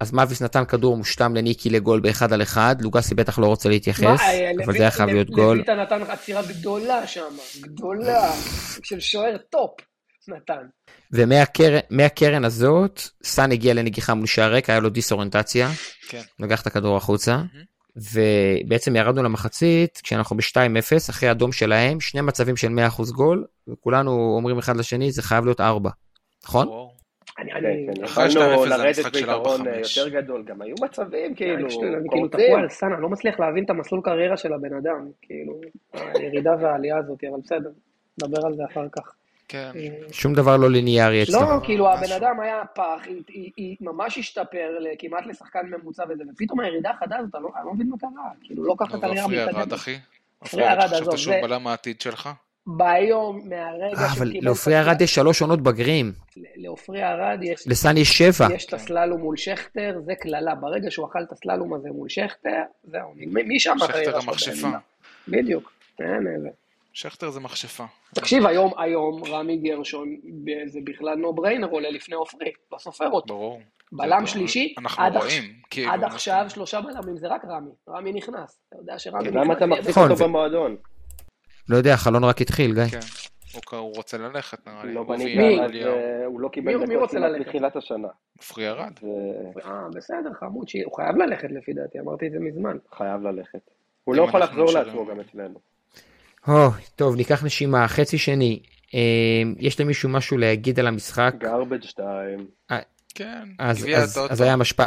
אז מאביס נתן כדור מושלם לניקי לגול באחד על אחד, לוגסי בטח לא רוצה להתייחס, מה, אה, אבל לויט- זה היה חייב לו- להיות גול. לויטה נתן לך עצירה גדולה שם, גדולה, של שוער טופ נתן. ומהקרן מהקרן הזאת, סאן הגיע לנגיחה מול שער ריק, היה לו דיסאוריינטציה, כן. לקח את הכדור החוצה, ובעצם ירדנו למחצית, כשאנחנו ב-2-0, אחרי אדום שלהם, שני מצבים של 100% גול, וכולנו אומרים אחד לשני, זה חייב להיות 4, נכון? ברור. אני, כן, אני, כן, אחרי 2-0 יכולנו זה לרדת המשחק של ביתרון 4-5. אה, יותר גדול, גם היו מצבים כאילו, כאילו, אני כאילו קורצים. תקוע על סאן, אני לא מצליח להבין את המסלול קריירה של הבן אדם, כאילו, הירידה והעלייה הזאת, אבל בסדר, נדבר על זה אחר כך. כן. אה, שום דבר לא ליניארי אצלו. לא, כאילו, הבן משהו. אדם היה פח, היא- היא- היא ממש השתפר ל- כמעט לשחקן ממוצע וזה, ופתאום הירידה החדה הזאת, אני לא- אני לא מבין מה קרה, כאילו, לא ככה אבל קריירה עפרי ארד, מתקדמת. אחי. עפרי עפרי ארד, ארד, חשבת עזוב, שהוא זה- אה, בלם העתיד שלך? ביום, מהרגע אה, שהוא אבל קיבל... לעופרי את הסל- ארד יש שלוש עונות בגרים, ל- לעופרי ארד יש... לסאן יש שבע. יש את הסללום מול שכטר, זה קללה. ברגע שהוא אכל את הסללום הזה מול שכטר, זהו, נגמר. מי שם שכטר הקריירה המכשפה. בעלילה? בדיוק. אין איזה. שכטר זה מכשפה. תקשיב, היום, היום, רמי גרשון, ב- זה בכלל נו בריינר, עולה לפני עופרי, לא סופר אותו. ברור. בלם זה- שלישי, אנחנו עד רואים. כאילו, עד אנחנו- עכשיו שלושה בלמים זה רק רמי, רמי נכנס. אתה יודע שרמי נכנס... למה אתה יהיה מחזיק בסדר. נכון, אותו זה- במועדון? לא יודע, החלון רק התחיל, גיא. כן. הוא כ- הוא רוצה ללכת, נראה לי. לא אה, הוא בנית מי? ויאל, עליו, אליהו. אה, הוא לא מי- קיבל מי דקות רוצה כמעט ללכת? בתחילת השנה. עפרי ארד. אה, בסדר, חמוד, שי- הוא חייב ללכת לפי דעתי, אמרתי את זה מזמן. חייב ללכת. הוא אם לא יכול אנחנו לחזור נשלם. לעצמו גם אצלנו. או, טוב, ניקח נשימה, חצי שני. אה, יש למישהו משהו להגיד על המשחק? גרבג' 2. כן, אז, גביע אז, הטוטו. אז היה משפ...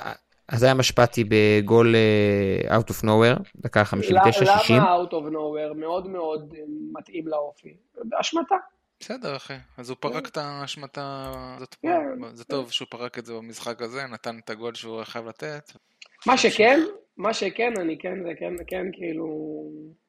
אז היה משפטי בגול אה, out of nowhere, דקה 59, 60. למה out of nowhere מאוד מאוד אה, מתאים לאופי? באשמתה. בסדר, אחי. אז הוא פרק את ההשמטה הזאת פה. כן. זה טוב שהוא פרק את זה במשחק הזה, נתן את הגול שהוא היה חייב לתת. מה שכן, מה שכן, אני כן, זה כן, כן, כאילו,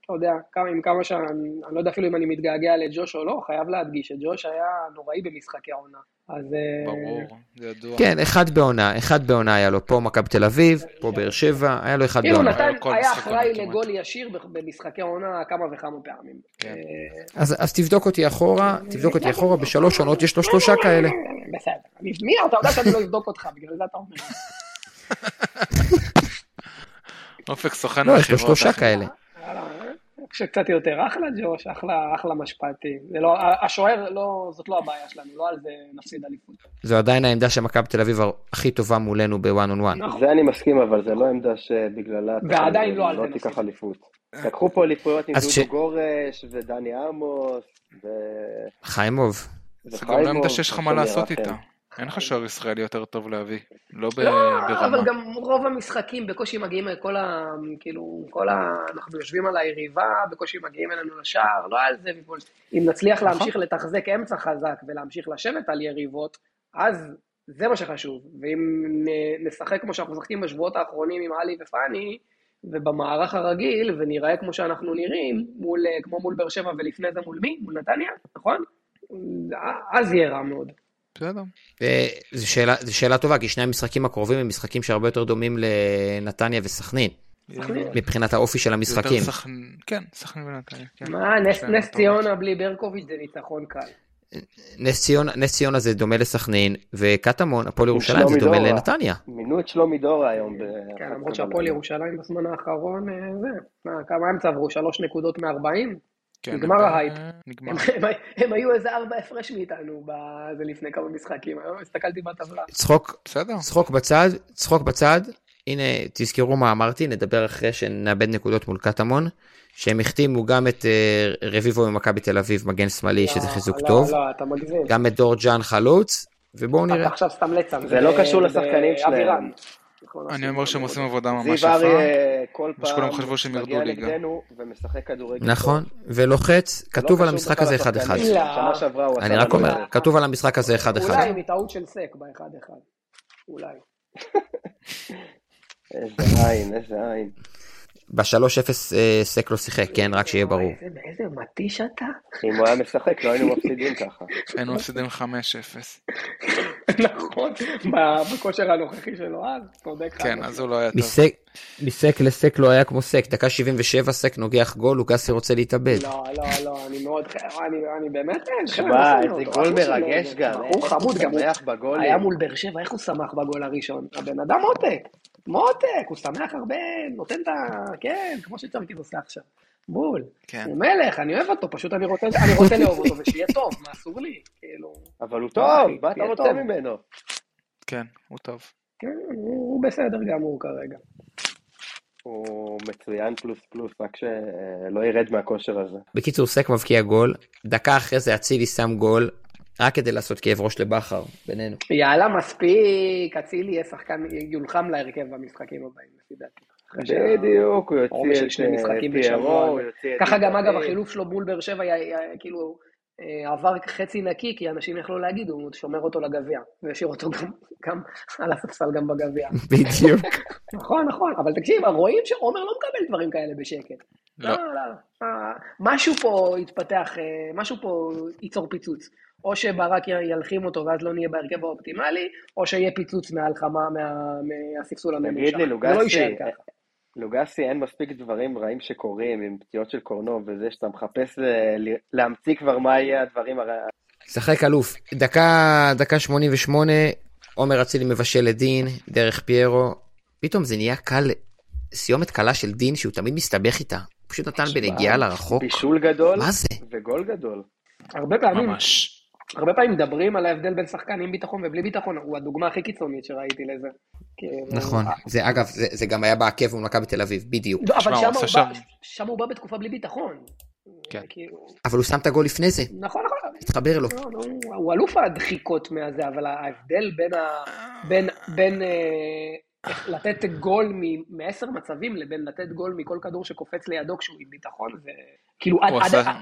לא יודע, כמה, עם כמה שאני, אני לא יודע אפילו אם אני מתגעגע לג'וש או לא, חייב להדגיש שג'וש היה נוראי במשחקי העונה. אז... אה, ברור, זה ידוע. כן, אחד בעונה, אחד בעונה היה לו, פה מכבי תל אביב, פה באר שבע, היה לו אחד כאילו, בעונה. נתן, היה לו כל היה משחק אחראי עונה כמעט. לגול ישיר ב- במשחקי העונה כמה וכמה פעמים. כן. אה, אז, אז תבדוק אותי אחורה, תבדוק אותי אחורה, בשלוש עונות יש לו שלושה כאלה. בסדר. אני- מי, אתה יודע שאני לא אבדוק אותך, בגלל זה אתה אומר. אופק סוכן לא, יש לו מכירות, שלושה אחי. כאלה. יאללה, אני חושב שקצת יותר אחלה ג'וש, אחלה, אחלה משפטי. זה לא, השוער, לא, זאת לא הבעיה שלנו, לא על זה נפסיד אליפות. זו עדיין העמדה שמכבי תל אביב הכי טובה מולנו ב-one on one. נכון. זה אני מסכים, אבל זה לא עמדה שבגללה... אתה ועדיין לא על זה לא תיקח נפסיד. אליפות. לקחו פה אליפויות עם אז ש- דודו גורש, ודני עמוס, ו- חיימוב, זה גם וחיים לא עמדה מור, שיש לך מה ושמיר לעשות רחל. איתה. אין לך שוער ישראלי יותר טוב להביא. לא ב- לא, ברמה. אבל גם רוב המשחקים בקושי מגיעים לכל ה... כאילו, כל ה... אנחנו יושבים על היריבה, בקושי מגיעים אלינו לשער, לא על זה נכון. ויבול. אם נצליח להמשיך לתחזק אמצע חזק ולהמשיך לשבת על יריבות, אז זה מה שחשוב. ואם נ- נשחק כמו שאנחנו משחקים בשבועות האחרונים עם עלי ופאני, ובמערך הרגיל, ונראה כמו שאנחנו נראים, מול, אה, כמו מול באר שבע ולפני זה מול מי? מול נתניה, נכון? אז יהיה רע מאוד. בסדר. אה, זו שאלה, זו שאלה טובה, כי שני המשחקים הקרובים הם משחקים שהרבה יותר דומים לנתניה וסכנין, סכנין. מבחינת האופי של יותר המשחקים. סכנין- כן, סכנין ונתניה. כן. מה, נס- בסדר, נס טוב. ציונה בלי ברקוביץ' זה ניצחון קל. נס ציונה, נס ציונה זה דומה לסכנין, וקטמון, הפועל ירושלים זה שלומי דומה דורה. לנתניה. מינו את שלומי דורה היום. ב- כן, למרות שהפועל ירושלים בזמן האחרון, אה, זה, מה, כמה הם צברו? שלוש נקודות מארבעים? כן, נגמר אתה- ההייפ. נגמר. הם, הם, הם היו איזה ארבע הפרש מאיתנו בזה לפני כמה משחקים, היום הסתכלתי בטבלה. צחוק, בסדר. צחוק בצד, צחוק בצד. הנה, תזכרו מה אמרתי, נדבר אחרי שנאבד נקודות מול קטמון, שהם החתימו גם את אה, רביבו ממכבי תל אביב, מגן שמאלי, שזה לא, חיזוק לא, טוב, לא, אתה מגזים. גם את דור ג'אן חלוץ, ובואו אתה נראה. עכשיו סתם ליצן. זה לא קשור לשחקנים שלהם. אבירן. נכון, עושים אני אומר את שהם זה. עושים עבודה ממש זיו יפה. אריה כל מה שכולם חשבו שהם פעם ירדו מגיע ליגה. נגדנו ומשחק כדורגל. לא נכון, ולוחץ, לא כתוב על המשחק הזה 1-1. לשחקנים. שנה שעברה הוא עשה אני רק לנו את אומר, כתוב על המשחק הזה 1-1. אולי מטעות של סק באחד אחד. אולי. זה. איזה עין, איזה עין. ב-3-0 אה, סק לא שיחק, כן, רק שיהיה ברור. אוי, איזה- איזה מתיש אתה. אם הוא היה משחק לא היינו מפסידים ככה. היינו מפסידים 5-0. (laughs) נכון, ב- בכושר הנוכחי שלו אז, צודק. חד כן, משמעית. אז הוא לא היה טוב. מסק- מסק לסק לא היה כמו סק, דקה 77 סק נוגח גול, לוקאסי רוצה להתאבד. לא, לא, לא, אני מאוד, ח- אני, אני באמת, חבר'ה, לא שמע, שונא איזה אותו, גול אחלה של מרגש ילד. גם. אה, הוא חמוד גם, הוא שמח בגולים. היה מול באר שבע, איך הוא שמח בגול הראשון? הבן אדם מותק, מותק, הוא שמח הרבה, נותן את ה... כן, כמו שצריכים עושה עכשיו. בול. כן. הוא מלך, אני אוהב אותו, פשוט אני רוצה, אני רוצה לאהוב אותו, ושיהיה טוב, מה אסור לי? כאילו, אבל הוא אחי, טוב, מה אתה תהיה רוצה טוב. ממנו? כן, הוא טוב. כן, הוא הוא בסדר גמור כרגע. הוא מצוין פלוס פלוס, רק שלא ירד מהכושר הזה. בקיצור, סק מבקיע גול, דקה אחרי זה אצילי שם גול, רק כדי לעשות כאב ראש לבכר, בינינו. יאללה, מספיק, אצילי יהיה שחקן, יולחם להרכב במשחקים הבאים, לפי דעתי. אחרי שה- בדיוק, הוא עומס של יוציא שני את אה, משחקים פיירו, בשבוע. הוא יוציא את... ככה גם אגב דיברין. החילוף שלו מול באר שבע היה- היה- כאילו אה, עבר חצי נקי, כי אנשים יכלו להגיד, הוא שומר אותו לגביע, והשאיר אותו גם- גם על הספסל גם (laughs) בגביע. בדיוק. נכון, נכון, אבל תקשיב, רואים שעומר לא מקבל דברים כאלה בשקט. לא. לא, לא, לא. משהו פה יתפתח, אה, משהו פה ייצור פיצוץ. או שברק י- ילחים אותו ואז לא נהיה בהרכב האופטימלי, או שיהיה פיצוץ מההלחמה, מה- מהספסול הממושך. תגיד לי, זה לא יישאר לוגסי, ככה. לוגסי אין מספיק דברים רעים שקורים עם פציעות של קורנו וזה שאתה מחפש אה, ל- להמציא כבר מה יהיה הדברים הרע... שחק אלוף. דקה, דקה 88, עומר אצילי מבשל לדין, דרך פיירו. פתאום זה נהיה קל, סיומת קלה של דין שהוא תמיד מסתבך איתה. הוא פשוט נתן בנגיעה לרחוק. בישול גדול מה זה? וגול גדול. הרבה פעמים, ממש. הרבה פעמים מדברים על ההבדל בין שחקן עם ביטחון ובלי ביטחון, הוא הדוגמה הכי קיצונית שראיתי לזה. כאילו- נכון. זה אגב, זה, זה גם היה בעקב מול מכבי תל אביב, בדיוק. לא, אבל שמע, הוא שם עשה הוא, בא, שם. שם הוא בא בתקופה בלי ביטחון. כן. כאילו, אבל הוא שם את הגול לפני זה, נכון, נכון. התחבר לו. לא, לא, הוא- הוא אלוף הדחיקות מהזה, אבל ההבדל בין, ה... בין, בין אה, לתת גול מ- מעשר מצבים לבין לתת גול מכל כדור שקופץ לידו כשהוא עם ביטחון, זה כאילו, עד, הוא עד, עשה-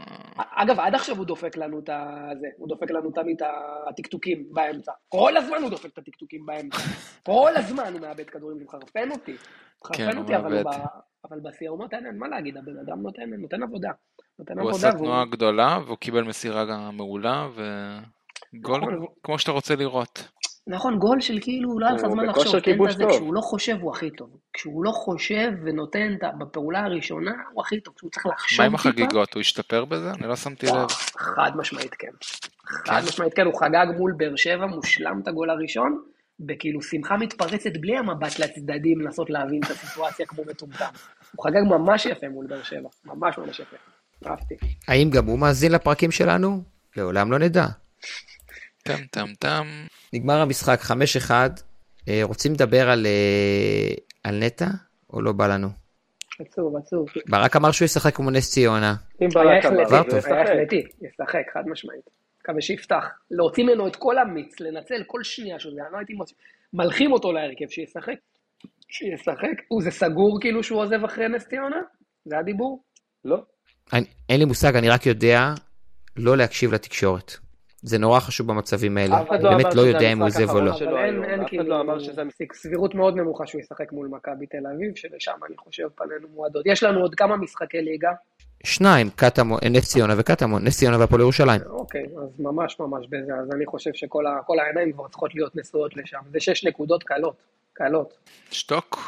אגב, עד עכשיו הוא דופק לנו את ה- זה, הוא דופק לנו תמיד את הטקטוקים באמצע. כל הזמן הוא דופק את הטקטוקים באמצע. כל הזמן הוא מאבד כדורים, זה מחרפן אותי. מחרפן כן, אותי, הוא אבל, הוא מאבד. ב- אבל בסיומות אין אין מה להגיד, הבן אדם נותן, נותן עבודה. נותן הוא עבודה עשה תנועה גדולה והוא קיבל מסירה גם מעולה נכון, וגול הוא- כמו שאתה רוצה לראות. נכון, גול של כאילו, לא היה לך הוא זמן בכושר לחשוב, תן את כיבוש הזה, טוב. כשהוא לא חושב הוא הכי טוב. כשהוא לא חושב ונותן את ה- בפעולה הראשונה, הוא הכי טוב. כשהוא צריך מה לחשוב עם טיפה, החגיגות? הוא השתפר בזה? אני לא שמתי וואו, לב. חד משמעית כן. חד משמעית כן, הוא חגג מול באר שבע, מושלם את הגול הראשון, בכאילו שמחה מתפרצת בלי המבט לצדדים לנסות להבין את הסיטואציה כמו מטומטם. הוא חגג ממש יפה מול באר שבע, ממש ממש יפה. אהבתי. האם גם הוא מאזין לפרקים שלנו? לעולם לא נדע. טם טם טם. נגמר המשחק, 5-1. אה, רוצים לדבר על, אה, על נטע, או לא בא לנו? עצוב, עצוב. ברק אמר שהוא ישחק כמו נס ציונה. אם היה ברק אמר, החלטי, אז הוא היה ישחק. החלטי, ישחק, חד משמעית. מקווה שיפתח. להוציא ממנו את כל המיץ, לנצל כל שנייה של זה, אני לא הייתי מוציא- מלחים אותו להרכב, שישחק. שישחק. הוא, זה סגור כאילו שהוא עוזב אחרי נס ציונה? זה הדיבור? לא, אני, אין לי מושג, אני רק יודע לא להקשיב לתקשורת. זה נורא חשוב במצבים האלה. אף אני אחד לא באמת אמר לא שזה יודע אם הוא המשחק עוזב או לא. האחרון שלו אבל אין, היום. אף אין אחד כאילו, לא אמר שזה המשחק. סבירות מאוד נמוכה שהוא ישחק מול מכבי תל אביב, שלשם אני חושב פנינו מועדות. יש לנו עוד כמה משחקי ליגה, שניים, קטמון, אה, נס ציונה וקטמון, נס ציונה והפועל (laughs) ירושלים. אוקיי, אז ממש ממש בזה, אז אני חושב שכל ה- כל העיניים כבר צריכות להיות נשואות לשם. זה שש נקודות קלות, קלות. שתוק.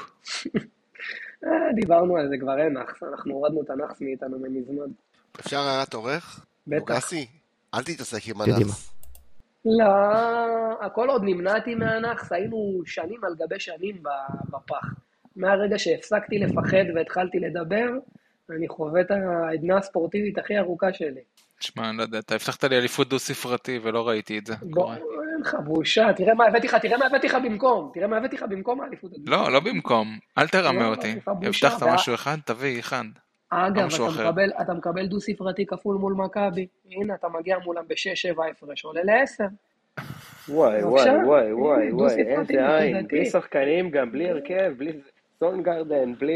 אה, דיברנו על זה כבר, אין נאחס, אנחנו הורדנו את הנאחס מאיתנו מזמן. אפשר הערת עורך? בטח. לוגסי, אל תתעסק עם קדימה. הנאס. לא, הכל עוד נמנעתי מהנאחס, היינו שנים על גבי שנים ב- בפח. מהרגע שהפסקתי לפחד והתחלתי לדבר, אני חווה את העדנה הספורטיבית הכי ארוכה שלי. תשמע, אני לא יודע, אתה הבטחת לי אליפות דו-ספרתי ולא ראיתי את זה. בוא, אין לך בושה, תראה מה הבאתי לך, תראה מה הבאתי לך במקום, תראה מה הבאתי לך במקום האליפות. הזאת. לא, לא במקום, אל תרמה לא, אותי. אמרתי לך, בושה, הבטחת וה- משהו אחד, תביא אחד. אגב, משהו אתה אחר. מקבל, אתה מקבל דו-ספרתי כפול מול מכבי, הנה, אתה מגיע מולם ב-6-7 הפרש, עולה ל-10. וואי, בבקשה, וואי, וואי, וואי, הנה, וואי, דו-ספרתי איזה עין, נקודתי. בלי שחקנים גם, בלי הרכב, בלי סונגרדן, בלי...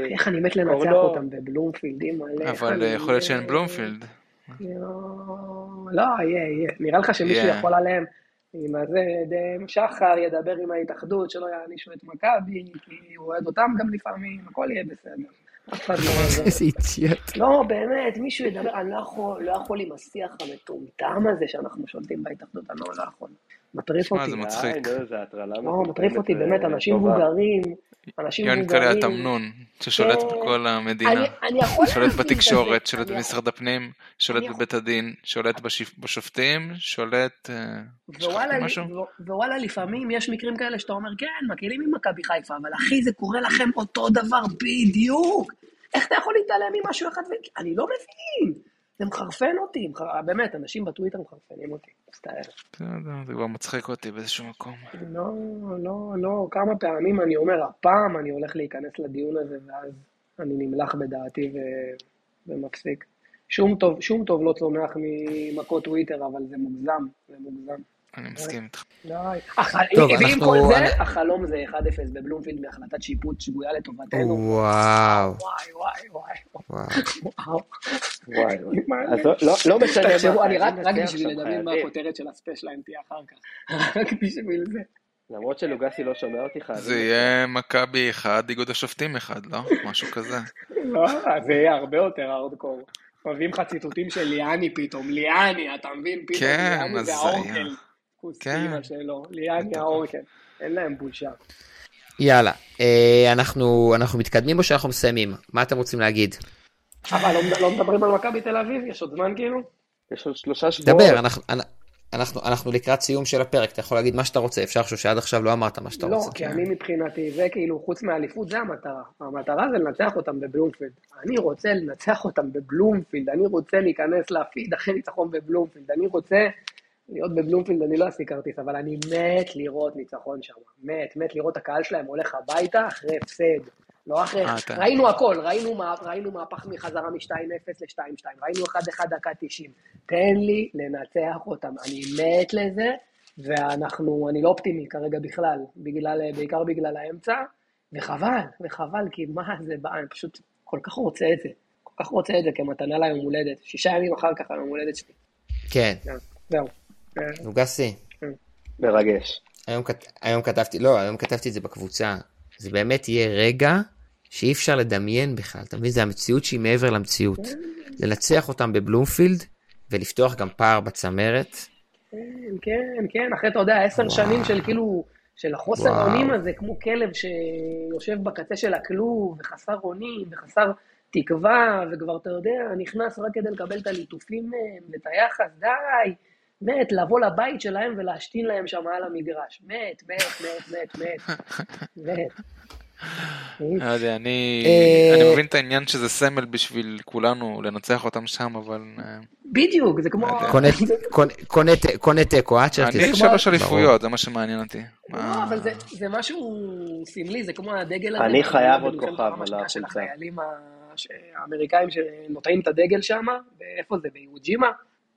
אוקיי. איך אני מת לנצח קורנו. אותם בבלומפילד, אימא, איך אבל אני אה, יכול להיות שאין מת. בלומפילד. אה, יואו, לא, יהיה, יהיה. נראה לך שמישהו יהיה. יכול עליהם, עם הזה, דם שחר ידבר עם ההתאחדות, שלא יענישו את מכבי, כי הוא אוהד אותם גם לפעמים, הכל יהיה בסדר. אף אחד לא עוזר. איזה אידיוט. (laughs) לא, באמת, מישהו ידבר, אני לא יכול, לא יכול עם השיח המטומטם הזה שאנחנו שולטים בהתאחדות, אני לא לא יכול. מטריף תשמע, אותי. זה מצחיק. די, נו, זה הטרלה לא, מטריף מטומטמת אותי, באמת, ו- אנשים טובה. מבוגרים, אנשים יוני מבוגרים. קלע התמנון, ששולט כן. בכל המדינה. אני- אני יכול שולט להבין את זה. בתקשורת, שולט אני- במשרד הפנים, שולט אני יכול- בבית הדין, שולט בשפ- בשופטים, שולט... אה, ווואלה, שכחתי משהו? ו- ווואלה, לפעמים יש מקרים כאלה שאתה אומר, כן, מקהילים עם מכבי חיפה, אבל אחי, זה קורה לכם אותו דבר בדיוק. איך אתה יכול להתעלם ממשהו אחד? ו- אני לא מבין. זה מחרפן אותי, מחר- באמת, אנשים בטוויטר מחרפנים אותי, מצטער. לא יודע, זה כבר מצחיק אותי באיזשהו מקום. לא, לא, לא, כמה פעמים אני אומר, הפעם אני הולך להיכנס לדיון הזה, ואז אני נמלח בדעתי ו... ומפסיק. שום טוב, שום טוב לא צומח ממכות טוויטר, אבל זה מוגזם, זה מוגזם. אני מסכים איתך. די. הח- טוב, ועם אנחנו- כל אני- זה, החלום זה 1-0 בבלומפילד מהחלטת שיפוט שגויה לטובתנו. וואו. וואי, וואי, וואי, וואו. וואו. וואי, וואי. מה אז לא- לא- לא משנה מה, תחשבו, אני חייבים רק רק לנצח בשביל שם, לדמיין מה חייבים. הכותרת של הספיישליין תהיה אחר כך. (laughs) רק בשביל זה. למרות שלוגסי לא שומע אותי, אה, חייבים... זה יהיה מכבי אחד, איגוד השופטים אחד, לא? משהו (laughs) כזה. לא, זה יהיה הרבה יותר הארדקור. מביאים לך ציטוטים של ליאני פתאום, ליאני, אתה מבין? פתאום כן, ליאני הזיה. והאורקל. כוס כן. אימא שלו, ליאני האורקל. אין להם בושה. יאללה, אה, אנחנו אנחנו מתקדמים או שאנחנו מסיימים? מה אתם רוצים להגיד? אבל לא- לא מדברים על מכבי תל אביב? יש עוד זמן כאילו? יש עוד שלושה שבועות. דבר, אנחנו- אנ- אנחנו אנחנו לקראת סיום של הפרק, אתה יכול להגיד מה שאתה רוצה, אפשר לחשוב שעד עכשיו לא אמרת מה שאתה לא, רוצה. כי אני מבחינתי, זה כאילו, חוץ מהאליפות, זה המטרה. המטרה זה לנצח אותם בבלומפילד. אני רוצה לנצח אותם בבלומפילד, אני רוצה להיכנס לפיד אחרי ניצחון בבלומפילד, אני רוצה להיות בבלומפילד, אני לא אעשה כרטיס, אבל אני מת לראות ניצחון שם. מת, מת לראות הקהל שלהם הולך הביתה אחרי הפסד. לא אחרי, אה, אתה- ראינו הכל, ראינו, מה- ראינו מהפך מחזרה מ-2-0 ל-2-2, ראינו 1-1 דקה 90. תן לי לנצח אותם, אני מת לזה, ואנחנו, אני לא אופטימי כרגע בכלל, בגלל, בעיקר בגלל האמצע, וחבל, וחבל, כי מה זה, בא- אני פשוט כל כך רוצה את זה, כל כך רוצה את זה כמתנה ליום הולדת, שישה ימים אחר כך היום הולדת שלי, כן, זהו, זהו. אה, נוגסי, מרגש. היום כת- היום כתבתי, לא, היום כתבתי את זה בקבוצה. זה באמת יהיה רגע שאי אפשר לדמיין בכלל, אתה מבין? זה המציאות שהיא מעבר למציאות. לנצח אותם בבלומפילד ולפתוח גם פער בצמרת. כן, כן, כן, אחרי, אתה יודע, עשר שנים של כאילו, של החוסר וואו. אונים הזה, כמו כלב שיושב בקצה של הכלוב, וחסר אונים, וחסר תקווה, וכבר, אתה יודע, נכנס רק כדי לקבל את הליטופים מהם, ואת היחס, די, מת, לבוא לבית שלהם ולהשתין להם שם על המגרש. מת, מת, מת, מת, מת, (laughs) מת. לא יודע, אני אה, אני מבין את העניין שזה סמל בשביל כולנו לנצח אותם שם, אבל... אה, בדיוק, זה כמו... (laughs) קונה- קונה- קונה ת- קונה תיקו, אה, עד שאתה... אני שלוש אליפויות, זה מה שמעניין אותי. לא, מה- אבל זה, זה משהו סמלי, זה כמו הדגל הזה. אה. כאילו, אני חייב עוד במלחמת כוכב על העולם השנייה של החולצה. החיילים ה- ש- האמריקאים שנוטעים את הדגל שם, איפה זה? ביוג'ימה?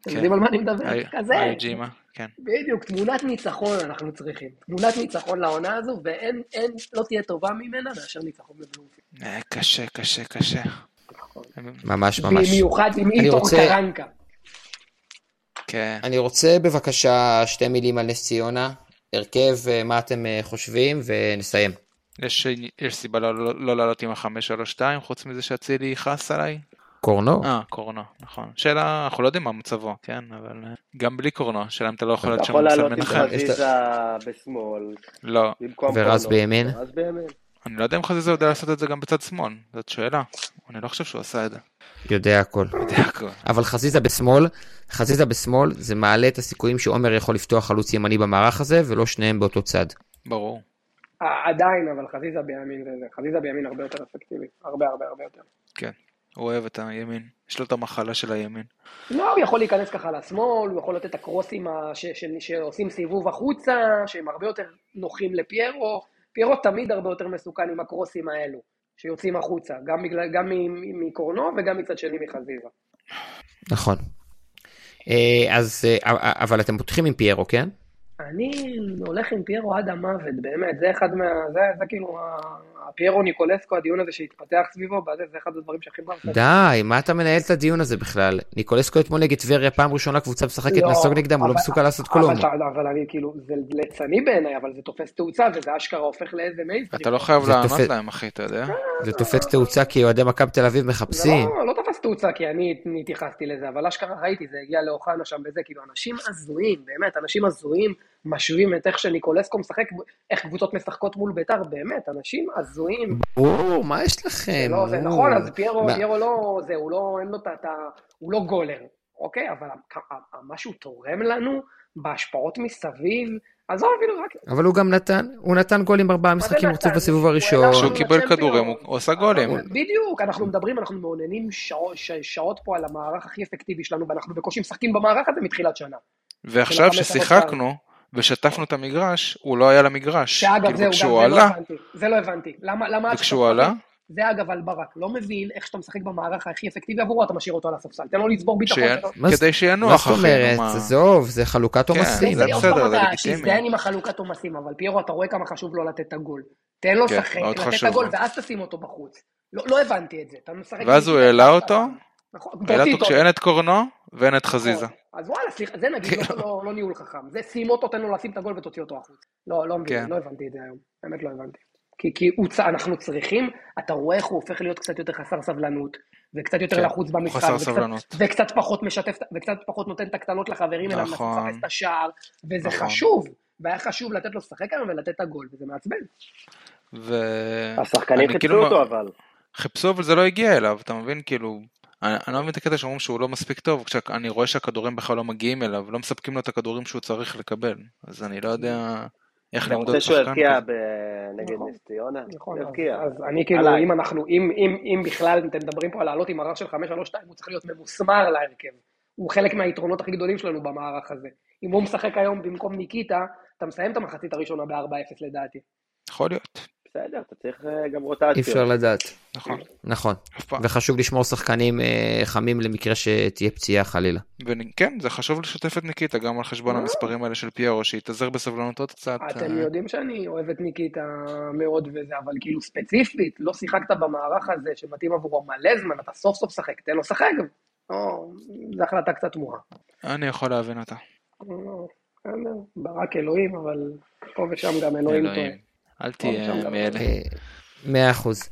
אתם כן. יודעים על מה אני מדבר? היי- כזה. היי, אה, ג'ימה, כן. בדיוק, תמונת ניצחון אנחנו צריכים. תמונת ניצחון לעונה הזו, ואין, אין, לא תהיה טובה ממנה מאשר ניצחון בבלומפילד. אה, קשה, קשה, קשה. נכון. ממש ממש. במיוחד עם אני איתור רוצה- קרנקה. כן. אני רוצה בבקשה שתי מילים על נס ציונה, הרכב, אה, מה אתם אה, חושבים, ונסיים. יש, יש סיבה לא, לא, לא לעלות עם ה-532, חוץ מזה שאצילי יכעס עליי? קורנו? אה, קורנו, נכון. שאלה, אנחנו לא יודעים מה מצבו, כן, אבל אה, גם בלי קורנו, שאלה אם אתה לא יכול אתה להיות שם יכול לעלות מסמן עם אחר. יש חזיזה בשמאל, לא, במקום ורז קורנו. בימין? ורז בימין. אני לא יודע אם חזיזה יודע לעשות את זה גם בצד שמאל, זאת שאלה. אני לא חושב שהוא עשה את זה. יודע הכל. זה הכל. אבל חזיזה בשמאל, חזיזה בשמאל, זה מעלה את הסיכויים שעומר יכול לפתוח חלוץ ימני במערך הזה, ולא שניהם באותו צד. ברור. אה, עדיין, אבל חזיזה בימין זה זה. חזיזה בימין הרבה יותר אפקטיבי. הרבה הרבה הרבה יותר. הוא אוהב את הימין. יש לו את המחלה של הימין. לא, הוא יכול להיכנס ככה לשמאל, הוא יכול לתת את הקרוסים ה- ש- ש- שעושים סיבוב החוצה, שהם הרבה יותר נוחים לפיירו. פיירו תמיד הרבה יותר מסוכן עם הקרוסים האלו, שיוצאים החוצה, גם, בגלל, גם מ- מ- מקורנו וגם מצד שני מחזיזה. נכון. אה, אז, אה, אבל אתם פותחים עם פיירו, כן? אני הולך עם פיירו עד המוות, באמת, זה אחד מה... זה, זה כאילו ה- הפיירו ניקולסקו, הדיון הזה שהתפתח סביבו, וזה זה אחד הדברים שהכי מרסקים. די, מה אתה מנהל את הדיון הזה בכלל? ניקולסקו אתמול נגד טבריה, פעם ראשונה קבוצה משחקת לא, נסוג נגדם, הוא לא אבל- מסוגל לעשות כלום. אבל, אבל אני כאילו, זה ליצני בעיניי, אבל זה תופס תאוצה, וזה אשכרה הופך לאיזה מיינסטרים. אתה לא חייב זה לענות תופס- להם, אחי, אתה יודע? כן. זה תופס תאוצה כי אוהדי מכבי תל אביב זה מחפשים. לא, לא תפס תאוצה, כי אני אני התייחסתי לזה, אבל אשכרה ראיתי, זה הגיע לאוחנה שם וזה, כאילו, אנשים הזויים, באמת, אנשים הזויים משווים את איך שניקולסקו משחק, איך קבוצות משחקות מול ביתר, באמת, אנשים הזויים. ברור, מה יש לכם? לא, זה ברור. נכון, אז פיירו, מה- פיירו לא, זה, הוא לא, אין לו את ה... את ה- הוא לא גולר, אוקיי? אבל ה- ה- מה שהוא תורם לנו, בהשפעות מסביב, עזוב, אפילו רק... אבל הוא גם נתן, הוא נתן גול עם ארבעה משחקים נתן? רצוף בסיבוב הוא העלה הראשון. שם כשהוא קיבל לצ'מפיונס. כדורים, הוא הוא עשה גולים. בדיוק, אנחנו מדברים, אנחנו מעוננים שעות, ש- שעות פה על המערך הכי אפקטיבי שלנו, ואנחנו בקושי משחקים במערך הזה מתחילת שנה. ועכשיו של החמש ששיחקנו ושטפנו את המגרש, הוא לא היה למגרש. שאגב, כאילו, זהו, גם כשהוא זה לא עלה, הבנתי. זה לא הבנתי. למה, למה... עד וכשהוא שאתה- עלה, זה אגב על ברק, לא מבין איך שאתה משחק במערך הכי אפקטיבי עבורו, אתה משאיר אותו על הספסל. תן לו לצבור ביטחון. שיה- שלו. מה זאת- כדי מה שינוח, זאת אחי, נו, אומרת? מה. כן, עזוב, זה חלוקת עומסים. זה עוד בסדר, פעם זה אתה לגיטימי. תזדיין עם החלוקת עומסים, אבל פיירו, אתה רואה כמה חשוב לו לתת את הגול. תן לו כן, לשחק, מאוד לתת את חשוב הגול, לו. ואז תשים אותו בחוץ. לא לא הבנתי את זה. אתה משחק... ואז הוא העלה אותו, נכון, העלה תוציא אותו כשאין את קורנו ואין את חזיזה. אז וואלה, סליחה, זה נגיד כן. לא- לא- לא ניהול חכם. זה שים אותו, תן לו לשים את הגול ותוציא אותו החוץ. לא, לא מבין, כן. לא הבנתי את זה היום. באמת לא הבנתי. כי, כי הוא, צ- אנחנו צריכים, אתה רואה איך הוא הופך להיות קצת יותר חסר סבלנות, וקצת יותר כן, לחוץ הוא במשחק, חסר וקצת- סבלנות. וקצת פחות משתף, וקצת פחות נותן את הקטנות לחברים, אלא מנסה נכון. לחפש את השער, וזה נכון. חשוב, והיה חשוב לתת לו לשחק היום ולתת את הגול, וזה מעצבן. ו... השחקנים אני חיפשו כאילו- אותו אבל. חיפשו אבל זה לא הגיע אליו, אתה מבין? כאילו, אני אני לא מבין את הקטע שאומרים שהוא לא מספיק טוב, כשאני רואה שהכדורים בכלל לא מגיעים אליו, לא מספקים לו את הכדורים שהוא צריך לקבל. אז אני לא יודע איך אתה למדוד רוצה שהוא שחקן יבקיע כזה. ב- נגד נכון. נס ציונה? נכון, אז, יבקיע. אז אני כאילו, עליי. אם אנחנו, אם, אם, אם בכלל אתם מדברים פה על לעלות עם מערך של 5-3-2, הוא צריך להיות ממוסמר להרכב. הוא חלק מהיתרונות הכי גדולים שלנו במערך הזה. אם הוא משחק היום במקום ניקיטה, אתה מסיים את המחצית הראשונה ב-4-0 לדעתי. יכול להיות, בסדר, אתה צריך אה, גם אי אפשר רוטציה. לדעת. נכון. נכון. אף פעם. וחשוב לשמור שחקנים אה, חמים למקרה שתהיה פציעה חלילה. וכן, כן, זה חשוב לשתף את ניקיטה גם על חשבון המספרים האלה של פיירו, שיתאזר בסבלנות עוד קצת. אתם אה, יודעים שאני אוהב את ניקיטה מאוד וזה, אבל כאילו ספציפית, לא שיחקת במערך הזה שמתאים עבורו מלא זמן, אתה סוף סוף שחק, תן לו לשחק. או, זו החלטה קצת תמוהה. אה, אני יכול להבין אותה. לא, בסדר, ברק אלוהים, אבל פה ושם גם אלוהים טועה. אלוהים. אל תהיה שם גם- מאלה. אה, מאה אחוז.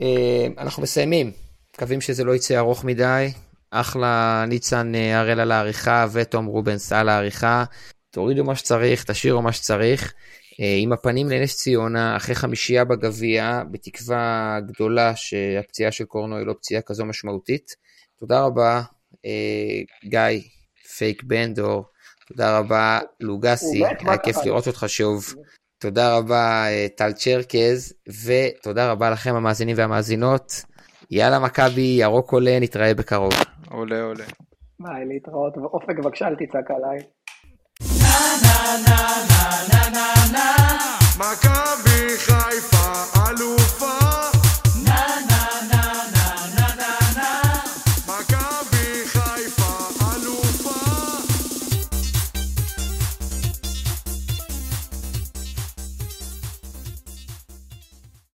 אה, אנחנו מסיימים. מקווים שזה לא יצא ארוך מדי. אחלה ניצן אה, הראל על העריכה ותום רובנס על העריכה. תורידו מה שצריך, תשאירו מה שצריך. אה, עם הפנים לנס ציונה, אחרי חמישייה בגביע, בתקווה גדולה שהפציעה של קורנו היא לא פציעה כזו משמעותית. תודה רבה, אה, גיא פייק בנדור. תודה רבה, לוגסי. הוא מת, מה היה כיף קרה לו? לראות אותך שוב. תודה רבה, אה, טל צ'רקז, ותודה רבה לכם, המאזינים והמאזינות. יאללה מכבי, ירוק עולה, נתראה בקרוב. עולה עולה. ביי, להתראות. ואופק, בבקשה, אל תצעק עליי. na na na